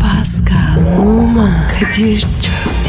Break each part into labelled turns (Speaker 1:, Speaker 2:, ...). Speaker 1: Pascal, Oman, Kadir çok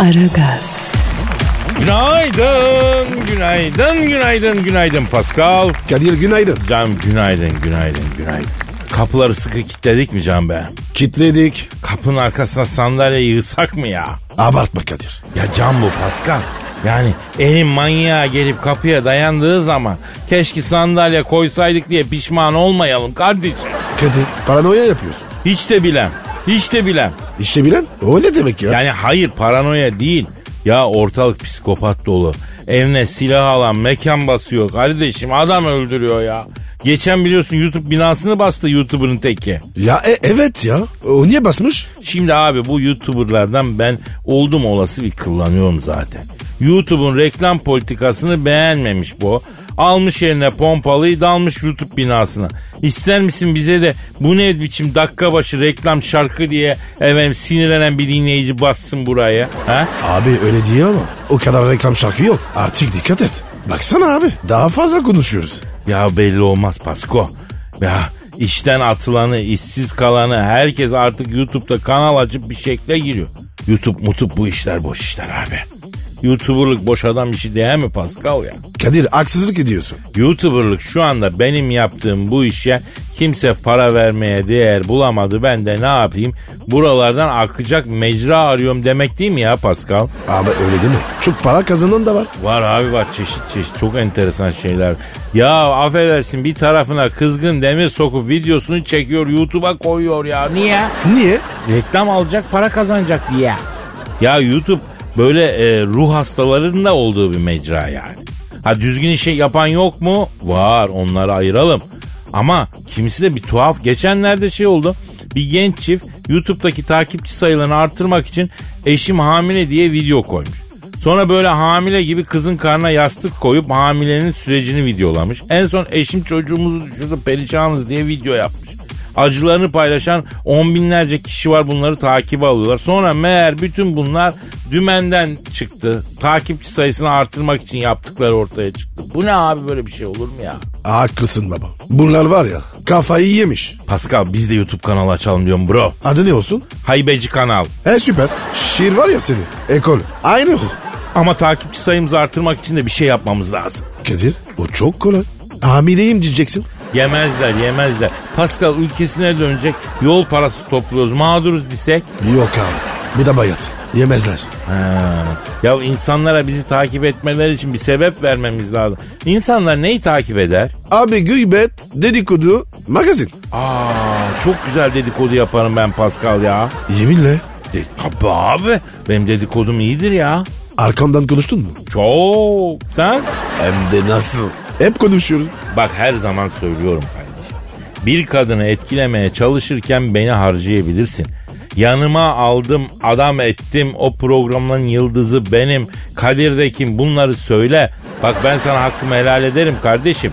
Speaker 1: Aragaz,
Speaker 2: Günaydın, günaydın, günaydın, günaydın Pascal.
Speaker 3: Kadir günaydın.
Speaker 2: Can günaydın, günaydın, günaydın. Kapıları sıkı kilitledik mi Can be?
Speaker 3: Kitledik.
Speaker 2: Kapının arkasına sandalye yığsak mı ya?
Speaker 3: Abartma Kadir.
Speaker 2: Ya Can bu Pascal. Yani elin manyağa gelip kapıya dayandığı zaman keşke sandalye koysaydık diye pişman olmayalım kardeşim.
Speaker 3: Kadir paranoya yapıyorsun.
Speaker 2: Hiç de bilem, hiç de bilem.
Speaker 3: İşte bilen o ne demek ya?
Speaker 2: Yani hayır paranoya değil. Ya ortalık psikopat dolu. Evine silah alan mekan basıyor. Kardeşim adam öldürüyor ya. Geçen biliyorsun YouTube binasını bastı YouTuber'ın teki.
Speaker 3: Ya e- evet ya. O niye basmış?
Speaker 2: Şimdi abi bu YouTuber'lardan ben oldum olası bir kullanıyorum zaten. YouTube'un reklam politikasını beğenmemiş bu. Almış yerine pompalıyı dalmış YouTube binasına. İster misin bize de bu ne biçim dakika başı reklam şarkı diye efendim sinirlenen bir dinleyici bassın buraya. Ha?
Speaker 3: Abi öyle değil ama o kadar reklam şarkı yok. Artık dikkat et. Baksana abi daha fazla konuşuyoruz.
Speaker 2: Ya belli olmaz Pasko. Ya işten atılanı, işsiz kalanı herkes artık YouTube'da kanal açıp bir şekle giriyor. YouTube mutup bu işler boş işler abi. YouTuber'lık boş adam işi değil mi Pascal ya?
Speaker 3: Kadir haksızlık ediyorsun.
Speaker 2: YouTuber'lık şu anda benim yaptığım bu işe kimse para vermeye değer bulamadı. Ben de ne yapayım? Buralardan akacak mecra arıyorum demek değil mi ya Pascal?
Speaker 3: Abi öyle değil mi? Çok para kazanan da var.
Speaker 2: Var abi var çeşit çeşit çok enteresan şeyler. Ya affedersin bir tarafına kızgın demir sokup videosunu çekiyor YouTube'a koyuyor ya. Niye?
Speaker 3: Niye?
Speaker 2: Reklam alacak para kazanacak diye. Ya YouTube böyle e, ruh hastalarının da olduğu bir mecra yani. Ha düzgün işi yapan yok mu? Var onları ayıralım. Ama kimisi de bir tuhaf. Geçenlerde şey oldu. Bir genç çift YouTube'daki takipçi sayılarını artırmak için eşim hamile diye video koymuş. Sonra böyle hamile gibi kızın karnına yastık koyup hamilenin sürecini videolamış. En son eşim çocuğumuzu düşürdü perişanız diye video yapmış. Acılarını paylaşan on binlerce kişi var bunları takibe alıyorlar. Sonra meğer bütün bunlar dümenden çıktı. Takipçi sayısını artırmak için yaptıkları ortaya çıktı. Bu ne abi böyle bir şey olur mu ya?
Speaker 3: Haklısın baba. Bunlar var ya kafayı yemiş.
Speaker 2: Pascal biz de YouTube kanalı açalım diyorum bro.
Speaker 3: Adı ne olsun?
Speaker 2: Haybeci kanal.
Speaker 3: E süper. Şiir var ya senin. Ekol. Aynı ruh.
Speaker 2: Ama takipçi sayımızı artırmak için de bir şey yapmamız lazım.
Speaker 3: Kadir o çok kolay. Hamileyim diyeceksin.
Speaker 2: Yemezler yemezler. Pascal ülkesine dönecek yol parası topluyoruz. Mağduruz desek.
Speaker 3: Yok abi. Bu da bayat. Yemezler.
Speaker 2: Ha. Ya insanlara bizi takip etmeleri için bir sebep vermemiz lazım. İnsanlar neyi takip eder?
Speaker 3: Abi gıybet, dedikodu, magazin.
Speaker 2: Aa çok güzel dedikodu yaparım ben Pascal ya.
Speaker 3: Yeminle.
Speaker 2: E, tabii abi benim dedikodum iyidir ya.
Speaker 3: Arkamdan konuştun mu?
Speaker 2: Çok. Sen?
Speaker 3: Hem de nasıl? Hep konuşuyoruz.
Speaker 2: Bak her zaman söylüyorum kardeşim. Bir kadını etkilemeye çalışırken beni harcayabilirsin. Yanıma aldım, adam ettim, o programların yıldızı benim, Kadir'dekim bunları söyle. Bak ben sana hakkımı helal ederim kardeşim.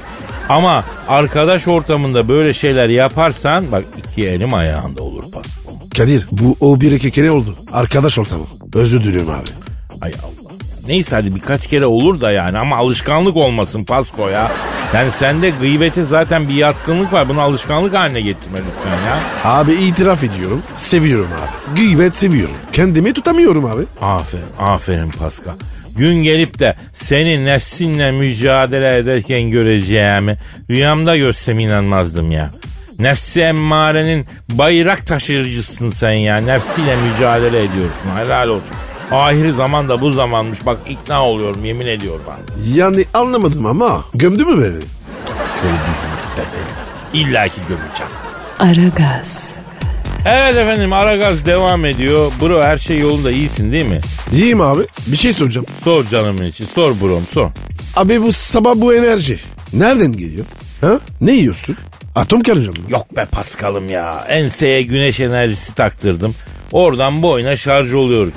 Speaker 2: Ama arkadaş ortamında böyle şeyler yaparsan bak iki elim ayağında olur Pasko.
Speaker 3: Kadir bu o bir iki kere oldu. Arkadaş ortamı. Özür diliyorum abi.
Speaker 2: Ay Allah. Neyse hadi birkaç kere olur da yani ama alışkanlık olmasın Pasko ya. Yani sende gıybete zaten bir yatkınlık var. Bunu alışkanlık haline getirme lütfen ya.
Speaker 3: Abi itiraf ediyorum. Seviyorum abi. Gıybet seviyorum. Kendimi tutamıyorum abi.
Speaker 2: Aferin, aferin Pascal. Gün gelip de seni nefsinle mücadele ederken göreceğimi rüyamda görsem inanmazdım ya. Nefsi emmarenin bayrak taşıyıcısın sen ya. Nefsiyle mücadele ediyorsun. Helal olsun. Ahiri zaman da bu zamanmış. Bak ikna oluyorum yemin ediyorum abi.
Speaker 3: Yani anlamadım ama gömdü mü beni?
Speaker 2: Şöyle diziniz bebeğim. İlla ki gömeceğim.
Speaker 1: Aragaz,
Speaker 2: Evet efendim Aragaz devam ediyor. Bro her şey yolunda iyisin değil mi?
Speaker 3: İyiyim abi. Bir şey soracağım.
Speaker 2: Sor canımın içi. Sor brom sor.
Speaker 3: Abi bu sabah bu enerji nereden geliyor? Ha? Ne yiyorsun? Atom karıcı mı?
Speaker 2: Yok be Paskal'ım ya. Enseye güneş enerjisi taktırdım. Oradan boyuna şarj oluyoruz.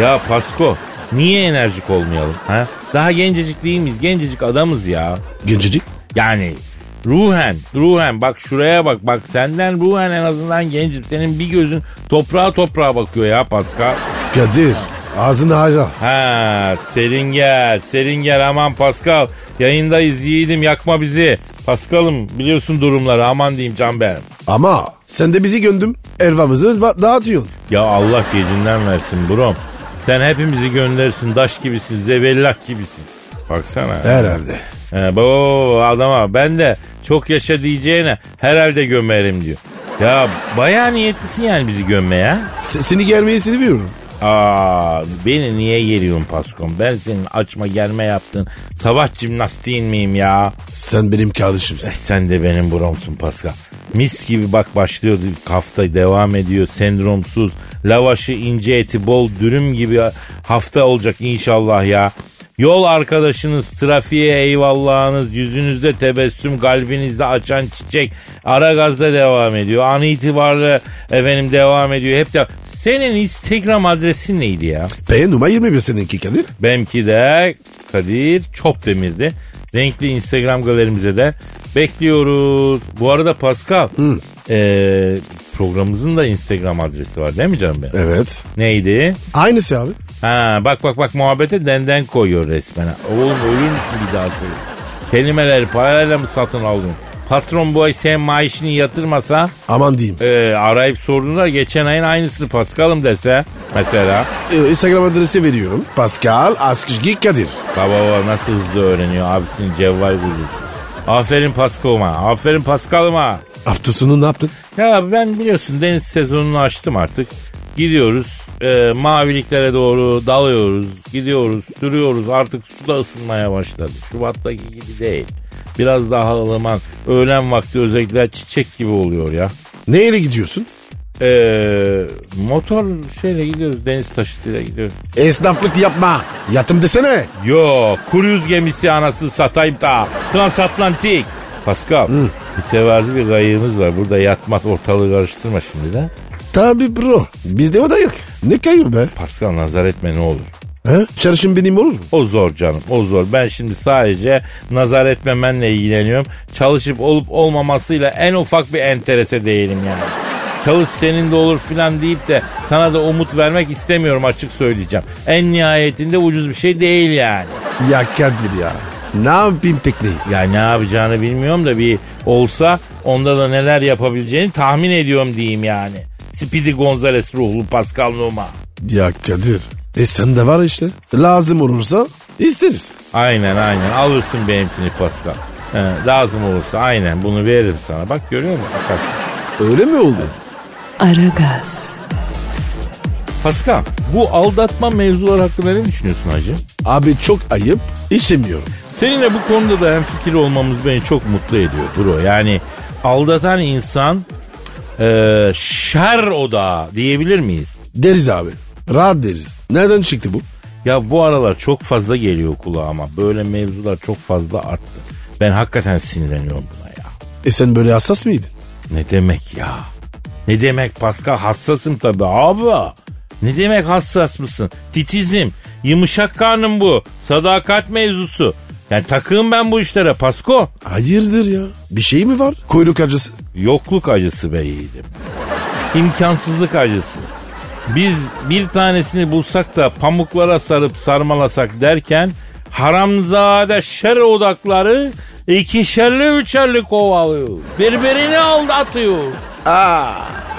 Speaker 2: Ya Pasko niye enerjik olmayalım? Ha? Daha gencecik değil miyiz? Gencecik adamız ya.
Speaker 3: Gencecik.
Speaker 2: Yani ruhen, ruhen bak şuraya bak. Bak senden ruhen en azından gencim. Senin bir gözün toprağa toprağa bakıyor ya Pascal.
Speaker 3: Kadir ağzında hala.
Speaker 2: Ha Seringer, Seringer aman Pascal. Yayındayız yiğidim yakma bizi. Pascal'ım biliyorsun durumları aman diyeyim Canber'im.
Speaker 3: Ama sen de bizi göndüm. Elvamızı va- dağıtıyorsun.
Speaker 2: Ya Allah gecinden versin brom. Sen hepimizi göndersin. Daş gibisin, zebellak gibisin. Baksana.
Speaker 3: Herhalde.
Speaker 2: He, baba baba, adama ben de çok yaşa diyeceğine herhalde gömerim diyor. Ya bayağı niyetlisin yani bizi gömmeye.
Speaker 3: Se- seni germeyi seviyorum.
Speaker 2: Aa beni niye geriyorsun Paskom? Ben senin açma germe yaptın. Sabah jimnastiğin miyim ya?
Speaker 3: Sen benim kardeşimsin.
Speaker 2: Eh, sen de benim bromsun Pascal. Mis gibi bak başlıyor hafta devam ediyor sendromsuz. Lavaşı ince eti bol dürüm gibi hafta olacak inşallah ya. Yol arkadaşınız, trafiğe eyvallahınız, yüzünüzde tebessüm, kalbinizde açan çiçek ara gazda devam ediyor. An itibarlı efendim devam ediyor. Hep de senin Instagram adresin neydi ya?
Speaker 3: P numara 21 seninki Kadir.
Speaker 2: Benimki de Kadir Çopdemir'di. Renkli Instagram galerimize de bekliyoruz. Bu arada Pascal eee, programımızın da Instagram adresi var değil mi canım benim?
Speaker 3: Evet.
Speaker 2: Neydi?
Speaker 3: Aynısı abi.
Speaker 2: Ha bak bak bak muhabbete denden koyuyor resmen. Oğlum ölür müsün bir daha söyle. Kelimeleri parayla mı satın aldın? Patron bu ay sen maaşını yatırmasa
Speaker 3: Aman diyeyim.
Speaker 2: eee, arayıp sorduğunda geçen ayın aynısını Pascal'ım dese mesela.
Speaker 3: Ee, Instagram adresi veriyorum. Pascal Askizgi Kadir.
Speaker 2: Baba baba nasıl hızlı öğreniyor abisinin cevval kuzusu. Aferin Paskal'ıma, aferin Paskal'ıma.
Speaker 3: Hafta sonu ne yaptın?
Speaker 2: Ya ben biliyorsun deniz sezonunu açtım artık. Gidiyoruz, e, maviliklere doğru dalıyoruz, gidiyoruz, sürüyoruz. Artık su da ısınmaya başladı. Şubat'taki gibi değil. Biraz daha ılıman. Öğlen vakti özellikle çiçek gibi oluyor ya.
Speaker 3: Neyle gidiyorsun?
Speaker 2: E, motor şeyle gidiyoruz, deniz taşıtıyla gidiyoruz.
Speaker 3: Esnaflık yapma. Yatım desene.
Speaker 2: Yok. Kuryüz gemisi anasını satayım da. Transatlantik. Pascal. Mütevazi bir gayığımız var. Burada yatmak ortalığı karıştırma şimdi de.
Speaker 3: Tabi bro. Bizde o da yok. Ne kayıyor be?
Speaker 2: Pascal nazar etme ne olur.
Speaker 3: He? Çarşın benim olur mu?
Speaker 2: O zor canım o zor. Ben şimdi sadece nazar etmemenle ilgileniyorum. Çalışıp olup olmamasıyla en ufak bir enterese değilim yani. Çalış senin de olur filan deyip de sana da umut vermek istemiyorum açık söyleyeceğim. En nihayetinde ucuz bir şey değil yani.
Speaker 3: Ya Kadir ya. Ne yapayım tekneyi?
Speaker 2: Ya ne yapacağını bilmiyorum da bir olsa onda da neler yapabileceğini tahmin ediyorum diyeyim yani. Speedy Gonzales ruhlu Pascal Numa.
Speaker 3: Ya Kadir. E sen de var işte. Lazım olursa isteriz.
Speaker 2: Aynen aynen alırsın benimkini Pascal. He, lazım olursa aynen bunu veririm sana. Bak görüyor musun kaç?
Speaker 3: Öyle mi oldu?
Speaker 1: Aragaz,
Speaker 2: Pascal bu aldatma mevzular hakkında ne düşünüyorsun hacı?
Speaker 3: Abi çok ayıp. İçemiyorum.
Speaker 2: Seninle bu konuda da hem fikir olmamız beni çok mutlu ediyor bro. Yani aldatan insan e, şer odağı diyebilir miyiz?
Speaker 3: Deriz abi. Rahat deriz. Nereden çıktı bu?
Speaker 2: Ya bu aralar çok fazla geliyor kulağıma. Böyle mevzular çok fazla arttı. Ben hakikaten sinirleniyorum buna ya.
Speaker 3: E sen böyle hassas mıydın?
Speaker 2: Ne demek ya? Ne demek Pascal? Hassasım tabii abi. Ne demek hassas mısın? Titizim. Yumuşak karnım bu. Sadakat mevzusu. Yani takığım ben bu işlere Pasko.
Speaker 3: Hayırdır ya? Bir şey mi var? Kuyruk acısı.
Speaker 2: Yokluk acısı be yiğidim. İmkansızlık acısı. Biz bir tanesini bulsak da pamuklara sarıp sarmalasak derken haramzade şer odakları ikişerli üçerli kovalıyor. Birbirini aldatıyor.
Speaker 3: Aa,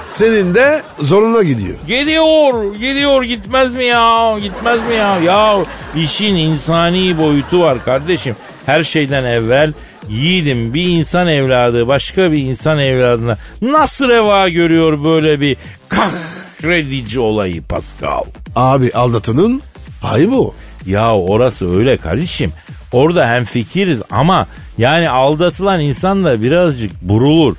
Speaker 3: senin de zoruna gidiyor.
Speaker 2: Geliyor, geliyor gitmez mi ya? Gitmez mi ya? Ya işin insani boyutu var kardeşim. Her şeyden evvel yiğidim bir insan evladı başka bir insan evladına nasıl reva görüyor böyle bir kahredici olayı Pascal?
Speaker 3: Abi aldatının ayıbı o.
Speaker 2: Ya orası öyle kardeşim. Orada hem fikiriz ama yani aldatılan insan da birazcık burulur.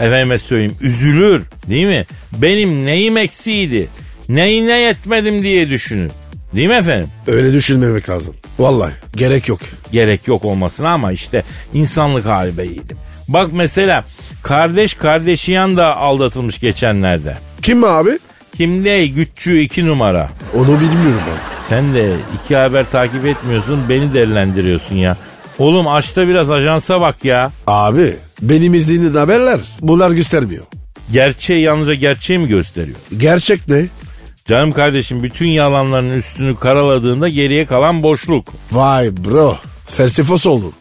Speaker 2: Efendime söyleyeyim üzülür değil mi? Benim neyim eksiydi? Neyine yetmedim diye düşünür. Değil mi efendim?
Speaker 3: Öyle düşünmemek lazım. Vallahi gerek yok.
Speaker 2: Gerek yok olmasına ama işte insanlık hali be yiğidim. Bak mesela kardeş kardeşiyan da aldatılmış geçenlerde.
Speaker 3: Kim mi abi?
Speaker 2: Kimde güççü iki numara.
Speaker 3: Onu bilmiyorum ben.
Speaker 2: Sen de iki haber takip etmiyorsun beni delilendiriyorsun ya. Oğlum açta biraz ajansa bak ya.
Speaker 3: Abi benim izlediğim haberler bunlar göstermiyor.
Speaker 2: Gerçeği yalnızca gerçeği mi gösteriyor?
Speaker 3: Gerçek ne?
Speaker 2: Canım kardeşim bütün yalanların üstünü karaladığında geriye kalan boşluk.
Speaker 3: Vay bro. Felsefos oldun.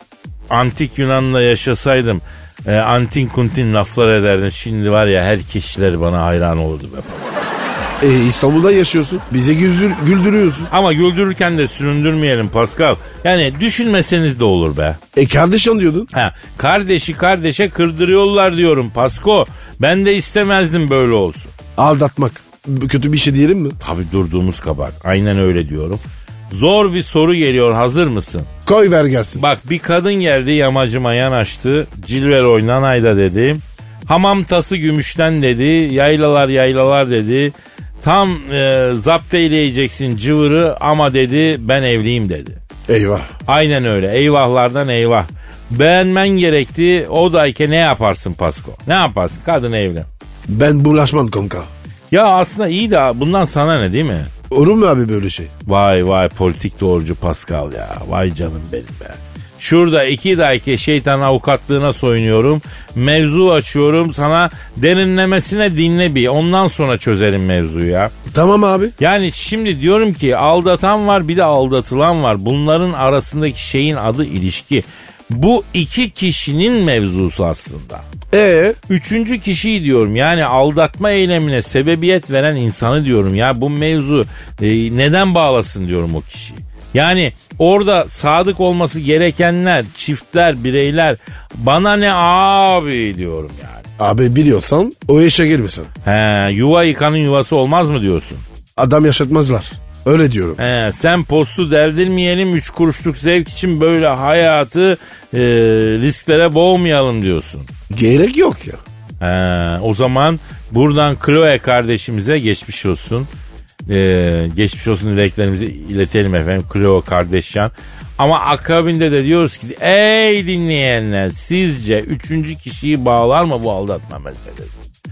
Speaker 2: Antik Yunan'la yaşasaydım e, antin kuntin laflar ederdim. Şimdi var ya her kişiler bana hayran olurdu be.
Speaker 3: E, İstanbul'da yaşıyorsun. Bize güldür, güldürüyorsun.
Speaker 2: Ama güldürürken de süründürmeyelim Pascal. Yani düşünmeseniz de olur be.
Speaker 3: E kardeşim diyordun.
Speaker 2: Ha, kardeşi kardeşe kırdırıyorlar diyorum Pasko. Ben de istemezdim böyle olsun.
Speaker 3: Aldatmak. Kötü bir şey diyelim mi?
Speaker 2: Tabi durduğumuz kabak. Aynen öyle diyorum. Zor bir soru geliyor hazır mısın?
Speaker 3: Koy ver gelsin.
Speaker 2: Bak bir kadın geldi yamacıma yanaştı. Cilver oynan ayda dedi. Hamam tası gümüşten dedi. Yaylalar yaylalar dedi. Tam e, zapt eyleyeceksin cıvırı ama dedi ben evliyim dedi.
Speaker 3: Eyvah.
Speaker 2: Aynen öyle eyvahlardan eyvah. Beğenmen gerekti o dayke ne yaparsın Pasko? Ne yaparsın kadın evli.
Speaker 3: Ben bulaşmam kanka.
Speaker 2: Ya aslında iyi de bundan sana ne değil mi?
Speaker 3: Olur mu abi böyle şey?
Speaker 2: Vay vay politik doğrucu Pascal ya. Vay canım benim be. Şurada iki dayke şeytan avukatlığına soyunuyorum. Mevzu açıyorum sana derinlemesine dinle bir. Ondan sonra çözerim mevzuyu ya.
Speaker 3: Tamam abi.
Speaker 2: Yani şimdi diyorum ki aldatan var bir de aldatılan var. Bunların arasındaki şeyin adı ilişki. Bu iki kişinin mevzusu aslında.
Speaker 3: E
Speaker 2: Üçüncü kişiyi diyorum yani aldatma eylemine sebebiyet veren insanı diyorum ya bu mevzu e, neden bağlasın diyorum o kişiyi. Yani orada sadık olması gerekenler, çiftler, bireyler bana ne abi diyorum yani.
Speaker 3: abi biliyorsan o işe girmesin.
Speaker 2: He, yuva yıkanın yuvası olmaz mı diyorsun?
Speaker 3: Adam yaşatmazlar. Öyle diyorum.
Speaker 2: He, sen postu deldirmeyelim, üç kuruşluk zevk için böyle hayatı e, risklere boğmayalım diyorsun.
Speaker 3: Gerek yok ya.
Speaker 2: He, o zaman buradan Chloe kardeşimize geçmiş olsun. Ee, geçmiş olsun dileklerimizi iletelim efendim Chloe kardeşcan. Ama akabinde de diyoruz ki ey dinleyenler sizce üçüncü kişiyi bağlar mı bu aldatma meselesi?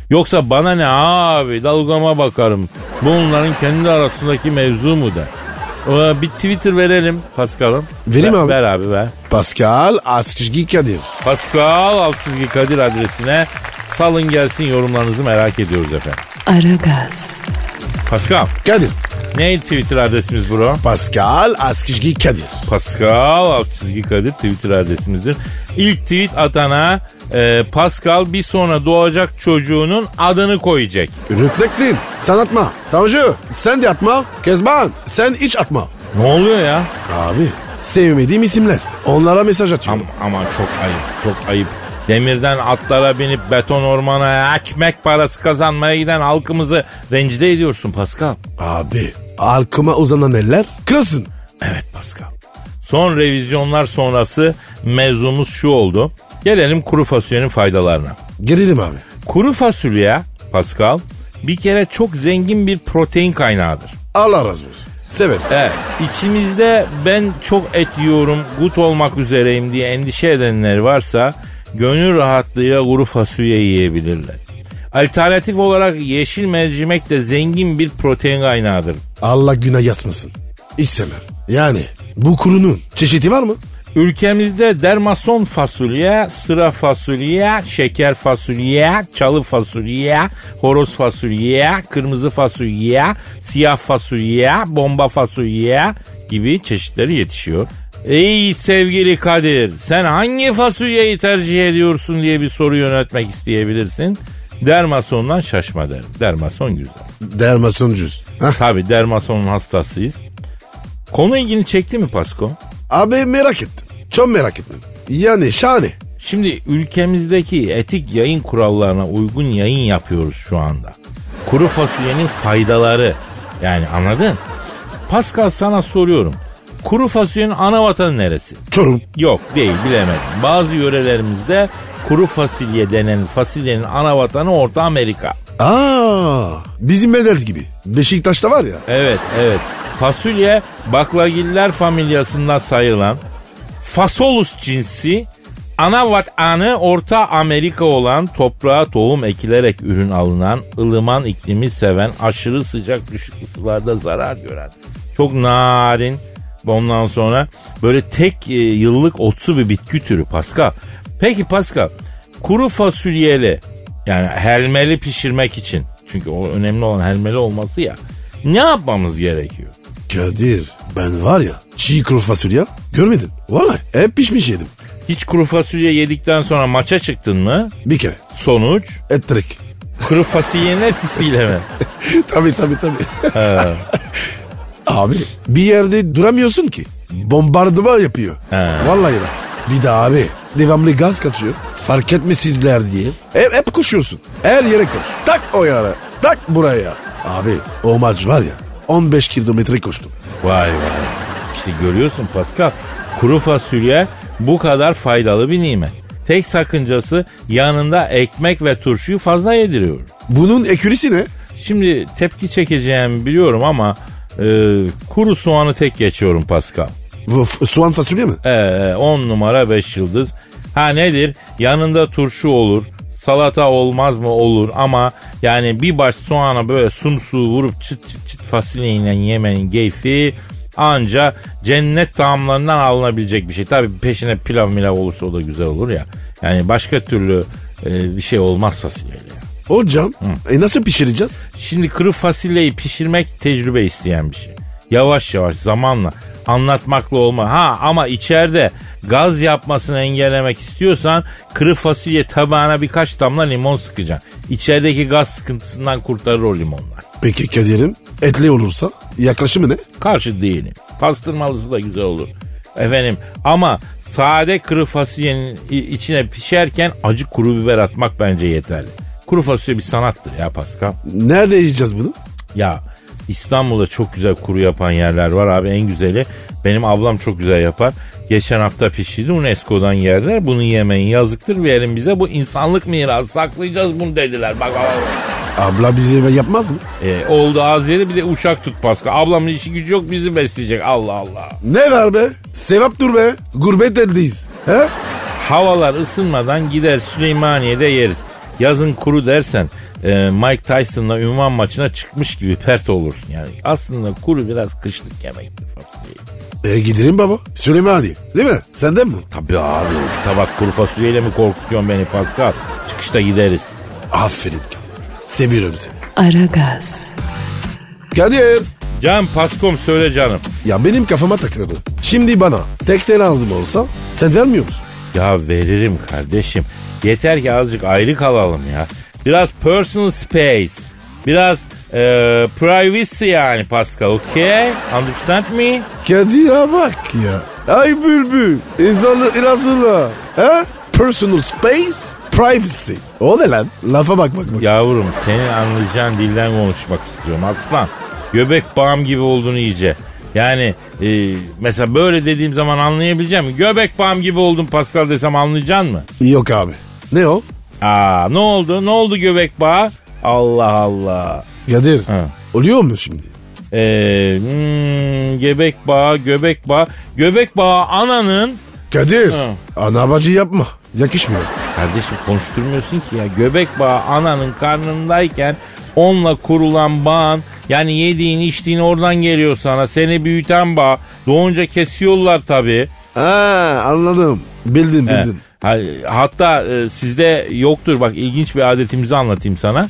Speaker 2: Yoksa bana ne abi dalgama bakarım. Bunların kendi arasındaki mevzu mu da? Ee, bir Twitter verelim Paskal'ım.
Speaker 3: Vereyim
Speaker 2: Ver-
Speaker 3: abi.
Speaker 2: Ver abi ver.
Speaker 3: Pascal Askışgi Kadir.
Speaker 2: Pascal alt çizgi Kadir adresine salın gelsin yorumlarınızı merak ediyoruz efendim.
Speaker 1: Aragaz,
Speaker 2: Pascal
Speaker 3: Kadir.
Speaker 2: ne Twitter adresimiz bro?
Speaker 3: Pascal Askışgi Kadir.
Speaker 2: Pascal alt çizgi Kadir Twitter adresimizdir. İlk tweet atana e, Pascal bir sonra doğacak çocuğunun adını koyacak.
Speaker 3: Rütbeklin. Sen atma. Tanju. Sen de atma. Kezban. Sen hiç atma.
Speaker 2: Ne oluyor ya?
Speaker 3: Abi. Sevmediğim isimler. Onlara mesaj
Speaker 2: Ama,
Speaker 3: atıyorum.
Speaker 2: ama çok ayıp çok ayıp. Demirden atlara binip beton ormana ekmek parası kazanmaya giden halkımızı rencide ediyorsun Pascal.
Speaker 3: Abi. Halkıma uzanan eller kırılsın.
Speaker 2: Evet Pascal. Son revizyonlar sonrası mevzumuz şu oldu. Gelelim kuru fasulyenin faydalarına.
Speaker 3: Gelelim abi.
Speaker 2: Kuru fasulye Pascal bir kere çok zengin bir protein kaynağıdır.
Speaker 3: Allah razı olsun. Severiz.
Speaker 2: Evet. İçimizde ben çok et yiyorum, gut olmak üzereyim diye endişe edenler varsa gönül rahatlığıyla kuru fasulye yiyebilirler. Alternatif olarak yeşil mercimek de zengin bir protein kaynağıdır.
Speaker 3: Allah günah yatmasın. Hiç sevmem. Yani bu kurunun çeşidi var mı?
Speaker 2: Ülkemizde dermason fasulye, sıra fasulye, şeker fasulye, çalı fasulye, horoz fasulye, kırmızı fasulye, siyah fasulye, bomba fasulye gibi çeşitleri yetişiyor. Ey sevgili Kadir sen hangi fasulyeyi tercih ediyorsun diye bir soru yöneltmek isteyebilirsin. Dermasondan şaşma derim. Dermason güzel.
Speaker 3: Dermason cüz. Hah.
Speaker 2: Tabi dermasonun hastasıyız. Konu ilgini çekti mi Pasko?
Speaker 3: Abi merak ettim. Çok merak ettim. Yani şahane.
Speaker 2: Şimdi ülkemizdeki etik yayın kurallarına uygun yayın yapıyoruz şu anda. Kuru fasulyenin faydaları. Yani anladın? Pascal sana soruyorum. Kuru fasulyenin ana vatanı neresi?
Speaker 3: Çorum.
Speaker 2: Yok değil bilemedim. Bazı yörelerimizde kuru fasulye denen fasulyenin ana vatanı Orta Amerika.
Speaker 3: Aa, bizim bedel gibi. Beşiktaş'ta var ya.
Speaker 2: Evet evet. Fasulye baklagiller familyasından sayılan Fasolus cinsi Ana vatanı Orta Amerika olan toprağa tohum ekilerek ürün alınan, ılıman iklimi seven, aşırı sıcak düşük ısılarda zarar gören. Çok narin. Ondan sonra böyle tek e, yıllık otsu bir bitki türü Pascal. Peki Pascal kuru fasulyeli yani helmeli pişirmek için çünkü o önemli olan helmeli olması ya ne yapmamız gerekiyor?
Speaker 3: Kadir ben var ya çiğ kuru fasulye görmedin. Vallahi hep pişmiş yedim.
Speaker 2: Hiç kuru fasulye yedikten sonra maça çıktın mı?
Speaker 3: Bir kere
Speaker 2: Sonuç
Speaker 3: ettirik.
Speaker 2: kuru fasulyenin etkisiyle mi?
Speaker 3: tabii tabii tabii. abi bir yerde duramıyorsun ki. Bombardıma yapıyor.
Speaker 2: He.
Speaker 3: Vallahi bak. Bir de abi devamlı gaz kaçıyor. Fark etmesizler diye. Hep, hep koşuyorsun. Her yere koş. Tak o yara. Tak buraya. Abi o maç var ya 15 kilometre koştum.
Speaker 2: Vay vay. İşte görüyorsun Pascal. Kuru fasulye bu kadar faydalı bir nimet. Tek sakıncası yanında ekmek ve turşuyu fazla yediriyor.
Speaker 3: Bunun ekürisi ne?
Speaker 2: Şimdi tepki çekeceğimi biliyorum ama e, kuru soğanı tek geçiyorum Pascal.
Speaker 3: Bu f- soğan fasulye mi?
Speaker 2: Ee, 10 numara 5 yıldız. Ha nedir? Yanında turşu olur. Salata olmaz mı? Olur ama yani bir baş soğana böyle sumsuğu vurup çıt çıt çıt fasulyeyle yemenin keyfi anca cennet tamamlarından alınabilecek bir şey. Tabii peşine pilav milav olursa o da güzel olur ya. Yani başka türlü e, bir şey olmaz fasulyeyle. ya.
Speaker 3: Hocam e nasıl pişireceğiz?
Speaker 2: Şimdi kuru fasulyeyi pişirmek tecrübe isteyen bir şey. Yavaş yavaş zamanla anlatmakla olma. Ha ama içeride gaz yapmasını engellemek istiyorsan kuru fasulye tabağına birkaç damla limon sıkacaksın. İçerideki gaz sıkıntısından kurtarır o limonlar.
Speaker 3: Peki Kadir'im etli olursa yaklaşımı ne?
Speaker 2: Karşı değilim. Pastırmalısı da güzel olur. Efendim ama sade kuru fasulyenin i- içine pişerken acı kuru biber atmak bence yeterli. Kuru fasulye bir sanattır ya Pascal.
Speaker 3: Nerede yiyeceğiz bunu?
Speaker 2: Ya İstanbul'da çok güzel kuru yapan yerler var abi en güzeli. Benim ablam çok güzel yapar. Geçen hafta pişirdi UNESCO'dan yerler. Bunu yemeyin yazıktır verin bize. Bu insanlık mirası saklayacağız bunu dediler. Bak bak, bak.
Speaker 3: Abla bize yapmaz mı?
Speaker 2: E, oldu az yeri bir de uşak tut Paska. Ablamın işi gücü yok bizi besleyecek Allah Allah.
Speaker 3: Ne var be? Sevap dur be. Gurbet eldeyiz. He?
Speaker 2: Havalar ısınmadan gider Süleymaniye'de yeriz. Yazın kuru dersen e, Mike Tyson'la ünvan maçına çıkmış gibi pert olursun yani. Aslında kuru biraz kışlık yemektir fasulye.
Speaker 3: E gidelim baba. Süleymaniye. Değil mi? Senden mi?
Speaker 2: Tabii abi bir tabak kuru fasulyeyle mi korkutuyorsun beni Pascal? Çıkışta gideriz.
Speaker 3: Aferin Kadir. Seviyorum seni.
Speaker 1: Aragaz,
Speaker 3: Kadir.
Speaker 2: Can Paskom söyle canım.
Speaker 3: Ya benim kafama takıldı. Şimdi bana tekne lazım olsa sen vermiyor musun?
Speaker 2: Ya veririm kardeşim. Yeter ki azıcık ayrı kalalım ya. Biraz personal space. Biraz e, privacy yani Pascal okay? Understand me?
Speaker 3: Kadir'e bak ya. Ay bülbül. İnsanlı ilasına. He? Personal space, privacy. O ne lan? Lafa bak bak bak.
Speaker 2: Yavrum senin anlayacağın dilden konuşmak istiyorum aslan. Göbek bağım gibi olduğunu iyice. Yani e, mesela böyle dediğim zaman anlayabilecek mi? Göbek bağım gibi oldun Pascal desem anlayacaksın mı?
Speaker 3: Yok abi. Ne o?
Speaker 2: Aa ne oldu? Ne oldu göbek bağı? Allah Allah.
Speaker 3: Kadir.
Speaker 2: Ha.
Speaker 3: Oluyor mu şimdi?
Speaker 2: Ee, hmm, göbek bağı, göbek bağı. Göbek bağı ananın...
Speaker 3: Kadir.
Speaker 2: Ha.
Speaker 3: Ana bacı yapma. Yakışmıyor.
Speaker 2: Kardeşim konuşturmuyorsun ki ya. Göbek bağı ananın karnındayken onunla kurulan bağın yani yediğin içtiğin oradan geliyor sana. Seni büyüten bağ. Doğunca kesiyorlar tabii.
Speaker 3: Ha anladım. Bildim
Speaker 2: He.
Speaker 3: bildim.
Speaker 2: Ha- Hatta e, sizde yoktur bak ilginç bir adetimizi anlatayım sana.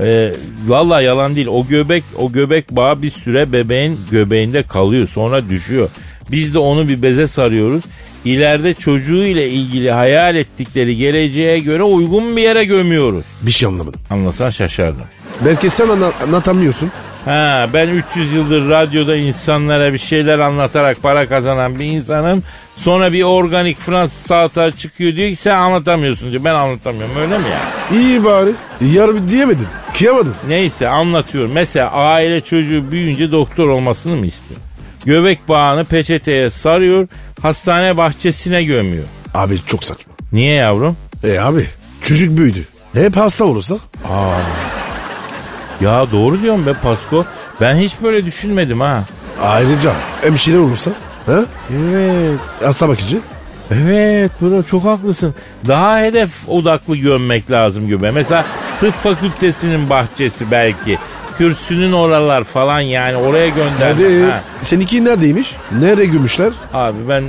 Speaker 2: E, Valla yalan değil o göbek o göbek bağı bir süre bebeğin göbeğinde kalıyor sonra düşüyor. Biz de onu bir beze sarıyoruz. İleride çocuğu ile ilgili hayal ettikleri geleceğe göre uygun bir yere gömüyoruz.
Speaker 3: Bir şey anlamadım.
Speaker 2: Anlasan şaşardım.
Speaker 3: Belki sen ana- anlatamıyorsun.
Speaker 2: Ha, ben 300 yıldır radyoda insanlara bir şeyler anlatarak para kazanan bir insanım. Sonra bir organik Fransız salata çıkıyor diyor ki sen anlatamıyorsun diyor. Ben anlatamıyorum öyle mi ya?
Speaker 3: İyi bari. Yar diyemedin. Kıyamadın.
Speaker 2: Neyse anlatıyorum. Mesela aile çocuğu büyüyünce doktor olmasını mı istiyor? Göbek bağını peçeteye sarıyor, hastane bahçesine gömüyor.
Speaker 3: Abi çok saçma.
Speaker 2: Niye yavrum?
Speaker 3: E abi çocuk büyüdü. Hep hasta olursa?
Speaker 2: Ya doğru diyorum be Pasko. Ben hiç böyle düşünmedim ha.
Speaker 3: Ayrıca hemşire olursa? Ha?
Speaker 2: Evet.
Speaker 3: Hasta bakıcı?
Speaker 2: Evet bro çok haklısın. Daha hedef odaklı gömmek lazım göbe. Mesela tıp fakültesinin bahçesi belki. Kürsünün oralar falan yani oraya göndermek.
Speaker 3: Kadir.
Speaker 2: ha.
Speaker 3: Seninki neredeymiş? Nereye gömüşler?
Speaker 2: Abi ben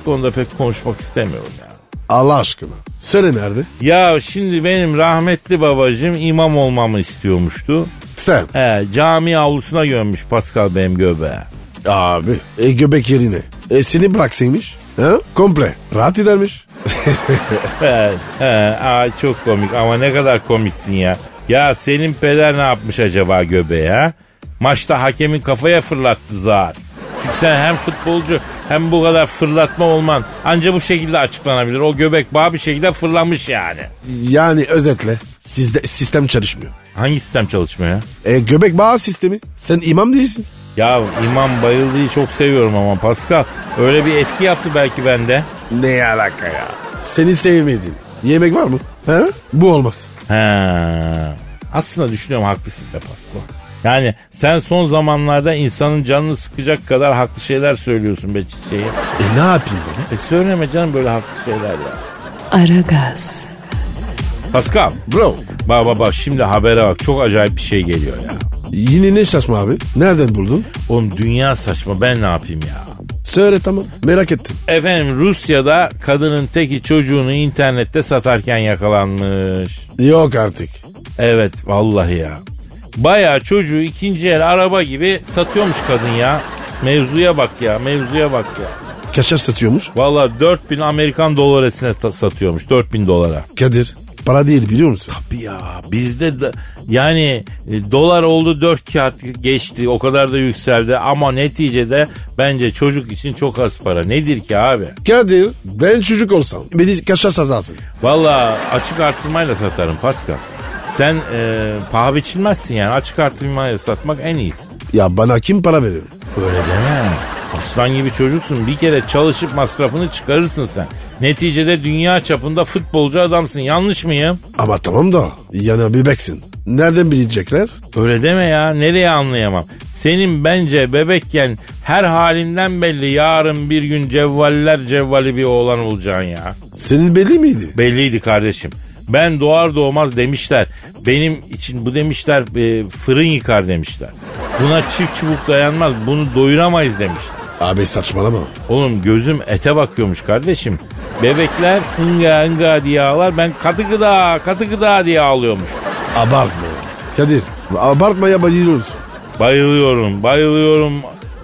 Speaker 2: bu konuda pek konuşmak istemiyorum ya.
Speaker 3: Allah aşkına. Söyle nerede?
Speaker 2: Ya şimdi benim rahmetli babacığım imam olmamı istiyormuştu.
Speaker 3: Sen.
Speaker 2: He, cami avlusuna gömmüş Pascal benim göbeğe.
Speaker 3: Abi. E, göbek yerine. E, seni bıraksaymış. Ha? Komple. Rahat edermiş.
Speaker 2: He, he, ay çok komik ama ne kadar komiksin ya. Ya senin peder ne yapmış acaba göbeğe ha? Maçta hakemin kafaya fırlattı zar. Çünkü sen hem futbolcu hem bu kadar fırlatma olman anca bu şekilde açıklanabilir. O göbek bağ bir şekilde fırlamış yani.
Speaker 3: Yani özetle. Sizde sistem çalışmıyor.
Speaker 2: Hangi sistem çalışmıyor ya?
Speaker 3: E, göbek bağı sistemi. Sen imam değilsin.
Speaker 2: Ya İmam Bayıldı'yı çok seviyorum ama Pascal. Öyle bir etki yaptı belki bende.
Speaker 3: Ne alaka ya? Seni sevmediğin. Yemek var mı? Ha? Bu olmaz.
Speaker 2: He. Aslında düşünüyorum haklısın be Pascal. Yani sen son zamanlarda insanın canını sıkacak kadar haklı şeyler söylüyorsun be çiçeği.
Speaker 3: E ne yapayım ben?
Speaker 2: E söyleme canım böyle haklı şeyler ya.
Speaker 1: Aragaz,
Speaker 2: Pascal.
Speaker 3: Bro.
Speaker 2: Bak bak bak şimdi habere bak çok acayip bir şey geliyor ya.
Speaker 3: Yine ne şaşma abi? Nereden buldun?
Speaker 2: Oğlum dünya saçma ben ne yapayım ya.
Speaker 3: Söyle tamam. Merak ettim.
Speaker 2: Efendim Rusya'da kadının teki çocuğunu internette satarken yakalanmış.
Speaker 3: Yok artık.
Speaker 2: Evet vallahi ya. Bayağı çocuğu ikinci el araba gibi satıyormuş kadın ya. Mevzuya bak ya mevzuya bak ya.
Speaker 3: Kaçar satıyormuş.
Speaker 2: Vallahi 4000 Amerikan dolaresine ta- satıyormuş 4000 dolara.
Speaker 3: Kadir. Para değil biliyor musun?
Speaker 2: Tabii ya bizde de, yani e, dolar oldu 4 kağıt geçti o kadar da yükseldi ama neticede bence çocuk için çok az para. Nedir ki abi?
Speaker 3: Kadir ben çocuk olsam beni kaçar satarsın.
Speaker 2: Vallahi açık artırmayla satarım Pascal. Sen e, paha biçilmezsin yani açık artırmayla satmak en iyisi.
Speaker 3: Ya bana kim para verir?
Speaker 2: Öyle deme. Aslan gibi çocuksun. Bir kere çalışıp masrafını çıkarırsın sen. Neticede dünya çapında futbolcu adamsın. Yanlış mıyım?
Speaker 3: Ama tamam da yana bir beksin. Nereden bilecekler?
Speaker 2: Öyle deme ya. Nereye anlayamam. Senin bence bebekken her halinden belli yarın bir gün cevvaller cevvali bir oğlan olacaksın ya.
Speaker 3: Senin belli miydi?
Speaker 2: Belliydi kardeşim. Ben doğar doğmaz demişler. Benim için bu demişler e, fırın yıkar demişler. Buna çift çubuk dayanmaz. Bunu doyuramayız demişler.
Speaker 3: Abi saçmalama.
Speaker 2: Oğlum gözüm ete bakıyormuş kardeşim. Bebekler hınga hınga diye ağlar. Ben katı gıda katı gıda diye ağlıyormuş.
Speaker 3: Abartma ya. Kadir abartmaya bayılıyoruz.
Speaker 2: Bayılıyorum bayılıyorum.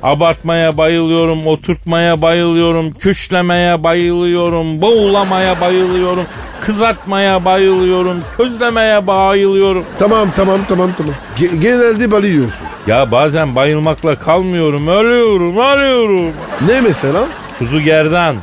Speaker 2: Abartmaya bayılıyorum, oturtmaya bayılıyorum, küşlemeye bayılıyorum, boğulamaya bayılıyorum, kızartmaya bayılıyorum, közlemeye bayılıyorum.
Speaker 3: Tamam tamam tamam tamam. Ge- genelde bayılıyorsun.
Speaker 2: Ya bazen bayılmakla kalmıyorum, ölüyorum, ölüyorum.
Speaker 3: Ne mesela?
Speaker 2: Kuzu gerdan,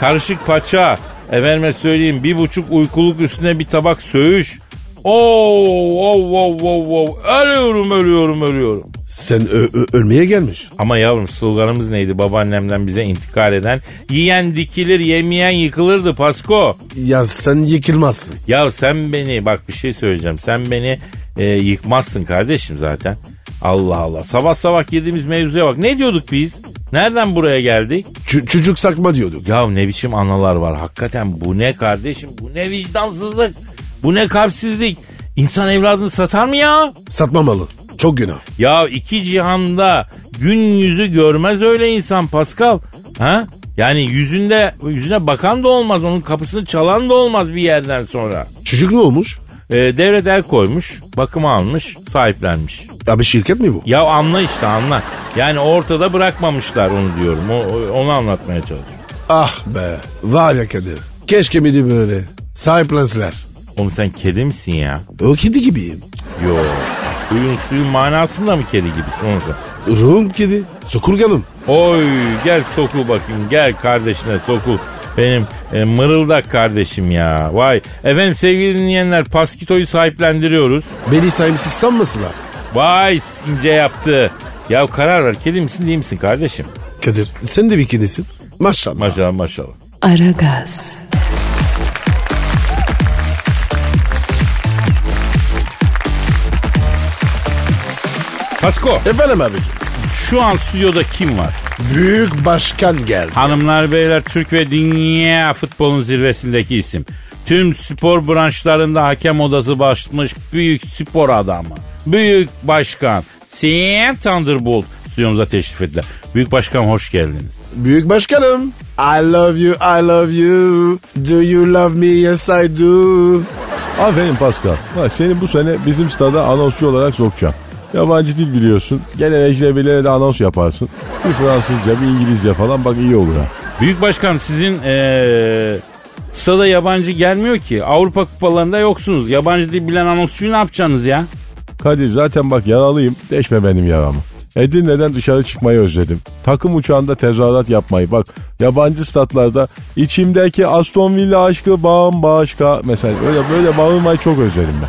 Speaker 2: karışık paça, efendime söyleyeyim bir buçuk uykuluk üstüne bir tabak söğüş. Oo, oo, oo, oo, oo. Ölüyorum, ölüyorum, ölüyorum.
Speaker 3: Sen ö- ö- ölmeye gelmiş.
Speaker 2: Ama yavrum sloganımız neydi babaannemden bize intikal eden? Yiyen dikilir, yemeyen yıkılırdı Pasko.
Speaker 3: Ya sen yıkılmazsın.
Speaker 2: Ya sen beni, bak bir şey söyleyeceğim. Sen beni e, yıkmazsın kardeşim zaten. Allah Allah. Sabah sabah girdiğimiz mevzuya bak. Ne diyorduk biz? Nereden buraya geldik?
Speaker 3: Ç- çocuk sakma diyorduk.
Speaker 2: Ya ne biçim analar var hakikaten bu ne kardeşim bu ne vicdansızlık bu ne kalpsizlik İnsan evladını satar mı ya?
Speaker 3: Satmamalı. Çok günah.
Speaker 2: Ya iki cihanda gün yüzü görmez öyle insan Pascal. Ha? Yani yüzünde yüzüne bakan da olmaz onun kapısını çalan da olmaz bir yerden sonra.
Speaker 3: Çocuk ne olmuş?
Speaker 2: Ee, devlet el koymuş, bakıma almış, sahiplenmiş.
Speaker 3: Abi şirket mi bu?
Speaker 2: Ya anla işte anla. Yani ortada bırakmamışlar onu diyorum. O- onu anlatmaya çalışıyorum.
Speaker 3: Ah be. Var ya Kadir. Keşke miydi böyle. Sahiplensiler.
Speaker 2: Oğlum sen kedi misin ya?
Speaker 3: O kedi gibiyim.
Speaker 2: Yo. Uyun suyun manasında mı kedi gibisin onu sen?
Speaker 3: Ruhum kedi. Sokurganım.
Speaker 2: Oy gel sokul bakayım gel kardeşine sokul. Benim e, mırıldak kardeşim ya. Vay. Efendim sevgili dinleyenler Paskito'yu sahiplendiriyoruz.
Speaker 3: Beni sahipsiz sanmasınlar.
Speaker 2: Vay ince yaptı. Ya karar ver kedi misin değil misin kardeşim?
Speaker 3: Kadir sen de bir kedisin. Maşallah.
Speaker 2: Maşallah maşallah.
Speaker 1: Aragaz,
Speaker 2: Pasko
Speaker 3: Efendim abi.
Speaker 2: şu an stüdyoda kim var?
Speaker 3: Büyük başkan geldi.
Speaker 2: Hanımlar beyler Türk ve dünya futbolun zirvesindeki isim. Tüm spor branşlarında hakem odası başmış büyük spor adamı. Büyük başkan. Sen Thunderbolt stüdyomuza teşrif ettiler. Büyük başkan hoş geldiniz.
Speaker 3: Büyük başkanım. I love you, I love you. Do you love me? Yes I do.
Speaker 4: Aferin Pascal. Ha, seni bu sene bizim stada anonsçu olarak sokacağım. Yabancı dil biliyorsun. Gene ecnebilere de anons yaparsın. Bir Fransızca, bir İngilizce falan bak iyi olur ha.
Speaker 2: Büyük başkan sizin eee stada yabancı gelmiyor ki. Avrupa kupalarında yoksunuz. Yabancı dil bilen anonsçuyu ne yapacaksınız ya?
Speaker 4: Kadir zaten bak yaralıyım. Deşme benim yaramı. Edirne'den dışarı çıkmayı özledim. Takım uçağında tezahürat yapmayı bak. Yabancı statlarda içimdeki Aston Villa aşkı bambaşka. Mesela öyle böyle bağırmayı çok özledim ben.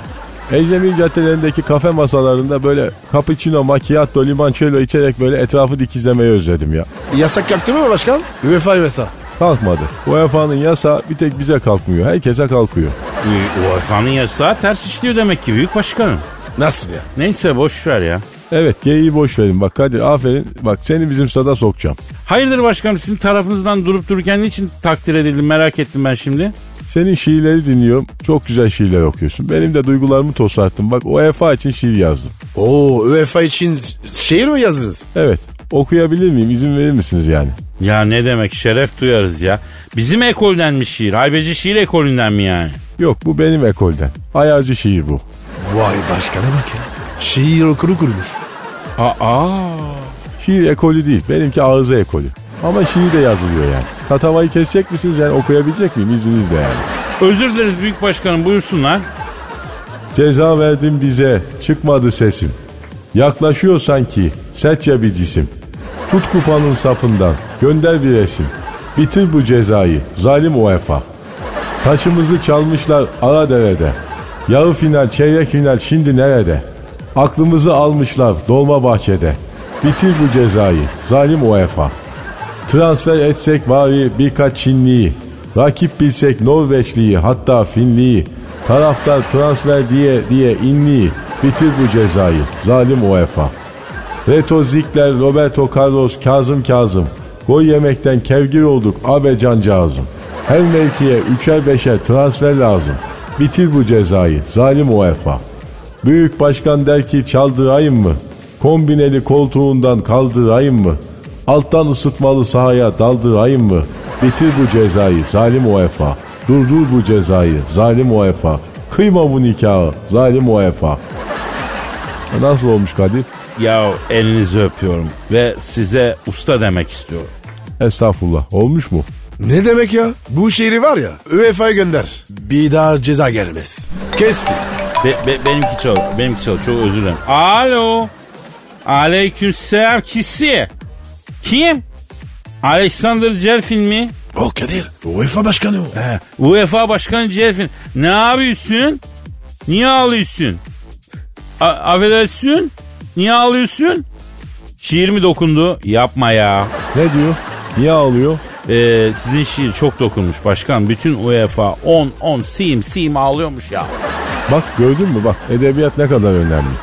Speaker 4: Ecnebi caddelerindeki kafe masalarında böyle cappuccino, macchiato, limoncello içerek böyle etrafı dikizlemeyi özledim ya.
Speaker 3: Yasak kalktı mı başkan? UEFA yasa.
Speaker 4: Kalkmadı. UEFA'nın yasa bir tek bize kalkmıyor. Herkese kalkıyor.
Speaker 2: Ee, UEFA'nın yasağı ters işliyor demek ki büyük başkanım.
Speaker 3: Nasıl ya?
Speaker 2: Neyse boş ver ya.
Speaker 4: Evet geyiği boş verin bak Kadir aferin. Bak seni bizim stada sokacağım.
Speaker 2: Hayırdır başkanım sizin tarafınızdan durup dururken niçin takdir edildim merak ettim ben şimdi.
Speaker 4: Senin şiirleri dinliyorum. Çok güzel şiirler okuyorsun. Benim de duygularımı tosarttın. Bak UEFA için şiir yazdım.
Speaker 3: Oo UEFA için şehir mi yazdınız?
Speaker 4: Evet. Okuyabilir miyim? İzin verir misiniz yani?
Speaker 2: Ya ne demek şeref duyarız ya. Bizim ekolden mi şiir? Haybeci şiir ekolünden mi yani?
Speaker 4: Yok bu benim ekolden. Ayarcı şiir bu.
Speaker 3: Vay başkana bak ya. Şehir okulu kurmuş.
Speaker 2: Aa.
Speaker 4: Şiir ekolü değil. Benimki arıza ekolü. Ama şiir de yazılıyor yani. Katavayı kesecek misiniz yani okuyabilecek miyim izninizle yani.
Speaker 2: Özür dileriz büyük başkanım buyursunlar.
Speaker 4: Ceza verdin bize çıkmadı sesim. Yaklaşıyor sanki set ya bir cisim. Tut kupanın sapından gönder bir resim. Bitir bu cezayı zalim UEFA. Taçımızı çalmışlar ara derede. Yarı final çeyrek final şimdi nerede? Aklımızı almışlar dolma bahçede. Bitir bu cezayı zalim UEFA. Transfer etsek bari birkaç Çinliyi. Rakip bilsek Norveçliyi hatta Finliyi. Taraftar transfer diye diye inliyi. Bitir bu cezayı. Zalim UEFA. Reto Zikler, Roberto Carlos, Kazım Kazım. Gol yemekten kevgir olduk abe cancağızım. Her mevkiye üçer beşer transfer lazım. Bitir bu cezayı. Zalim UEFA. Büyük başkan der ki çaldırayım mı? Kombineli koltuğundan kaldırayım mı? Alttan ısıtmalı sahaya daldırayım mı? Bitir bu cezayı zalim UEFA. Durdur bu cezayı zalim UEFA. Kıyma bu nikahı zalim UEFA. Nasıl olmuş Kadir?
Speaker 2: Ya elinizi öpüyorum ve size usta demek istiyorum.
Speaker 4: Estağfurullah. Olmuş mu?
Speaker 3: Ne demek ya? Bu şehri var ya UEFA'ya gönder. Bir daha ceza gelmez. Kessin.
Speaker 2: Be- be- benimki çal, benimki çal. Çok özür dilerim. Alo. Aleykümselam kisi. Kim? Alexander Cerfin mi?
Speaker 3: O Kadir UEFA başkanı o.
Speaker 2: He, UEFA Başkanı Cerfin. Ne yapıyorsun? Niye ağlıyorsun? A- affedersin? Niye ağlıyorsun? Şiir mi dokundu? Yapma ya.
Speaker 4: Ne diyor? Niye ağlıyor?
Speaker 2: Ee, sizin şiir çok dokunmuş başkan. Bütün UEFA 10 10 sim sim ağlıyormuş ya.
Speaker 4: Bak gördün mü bak edebiyat ne kadar önemli.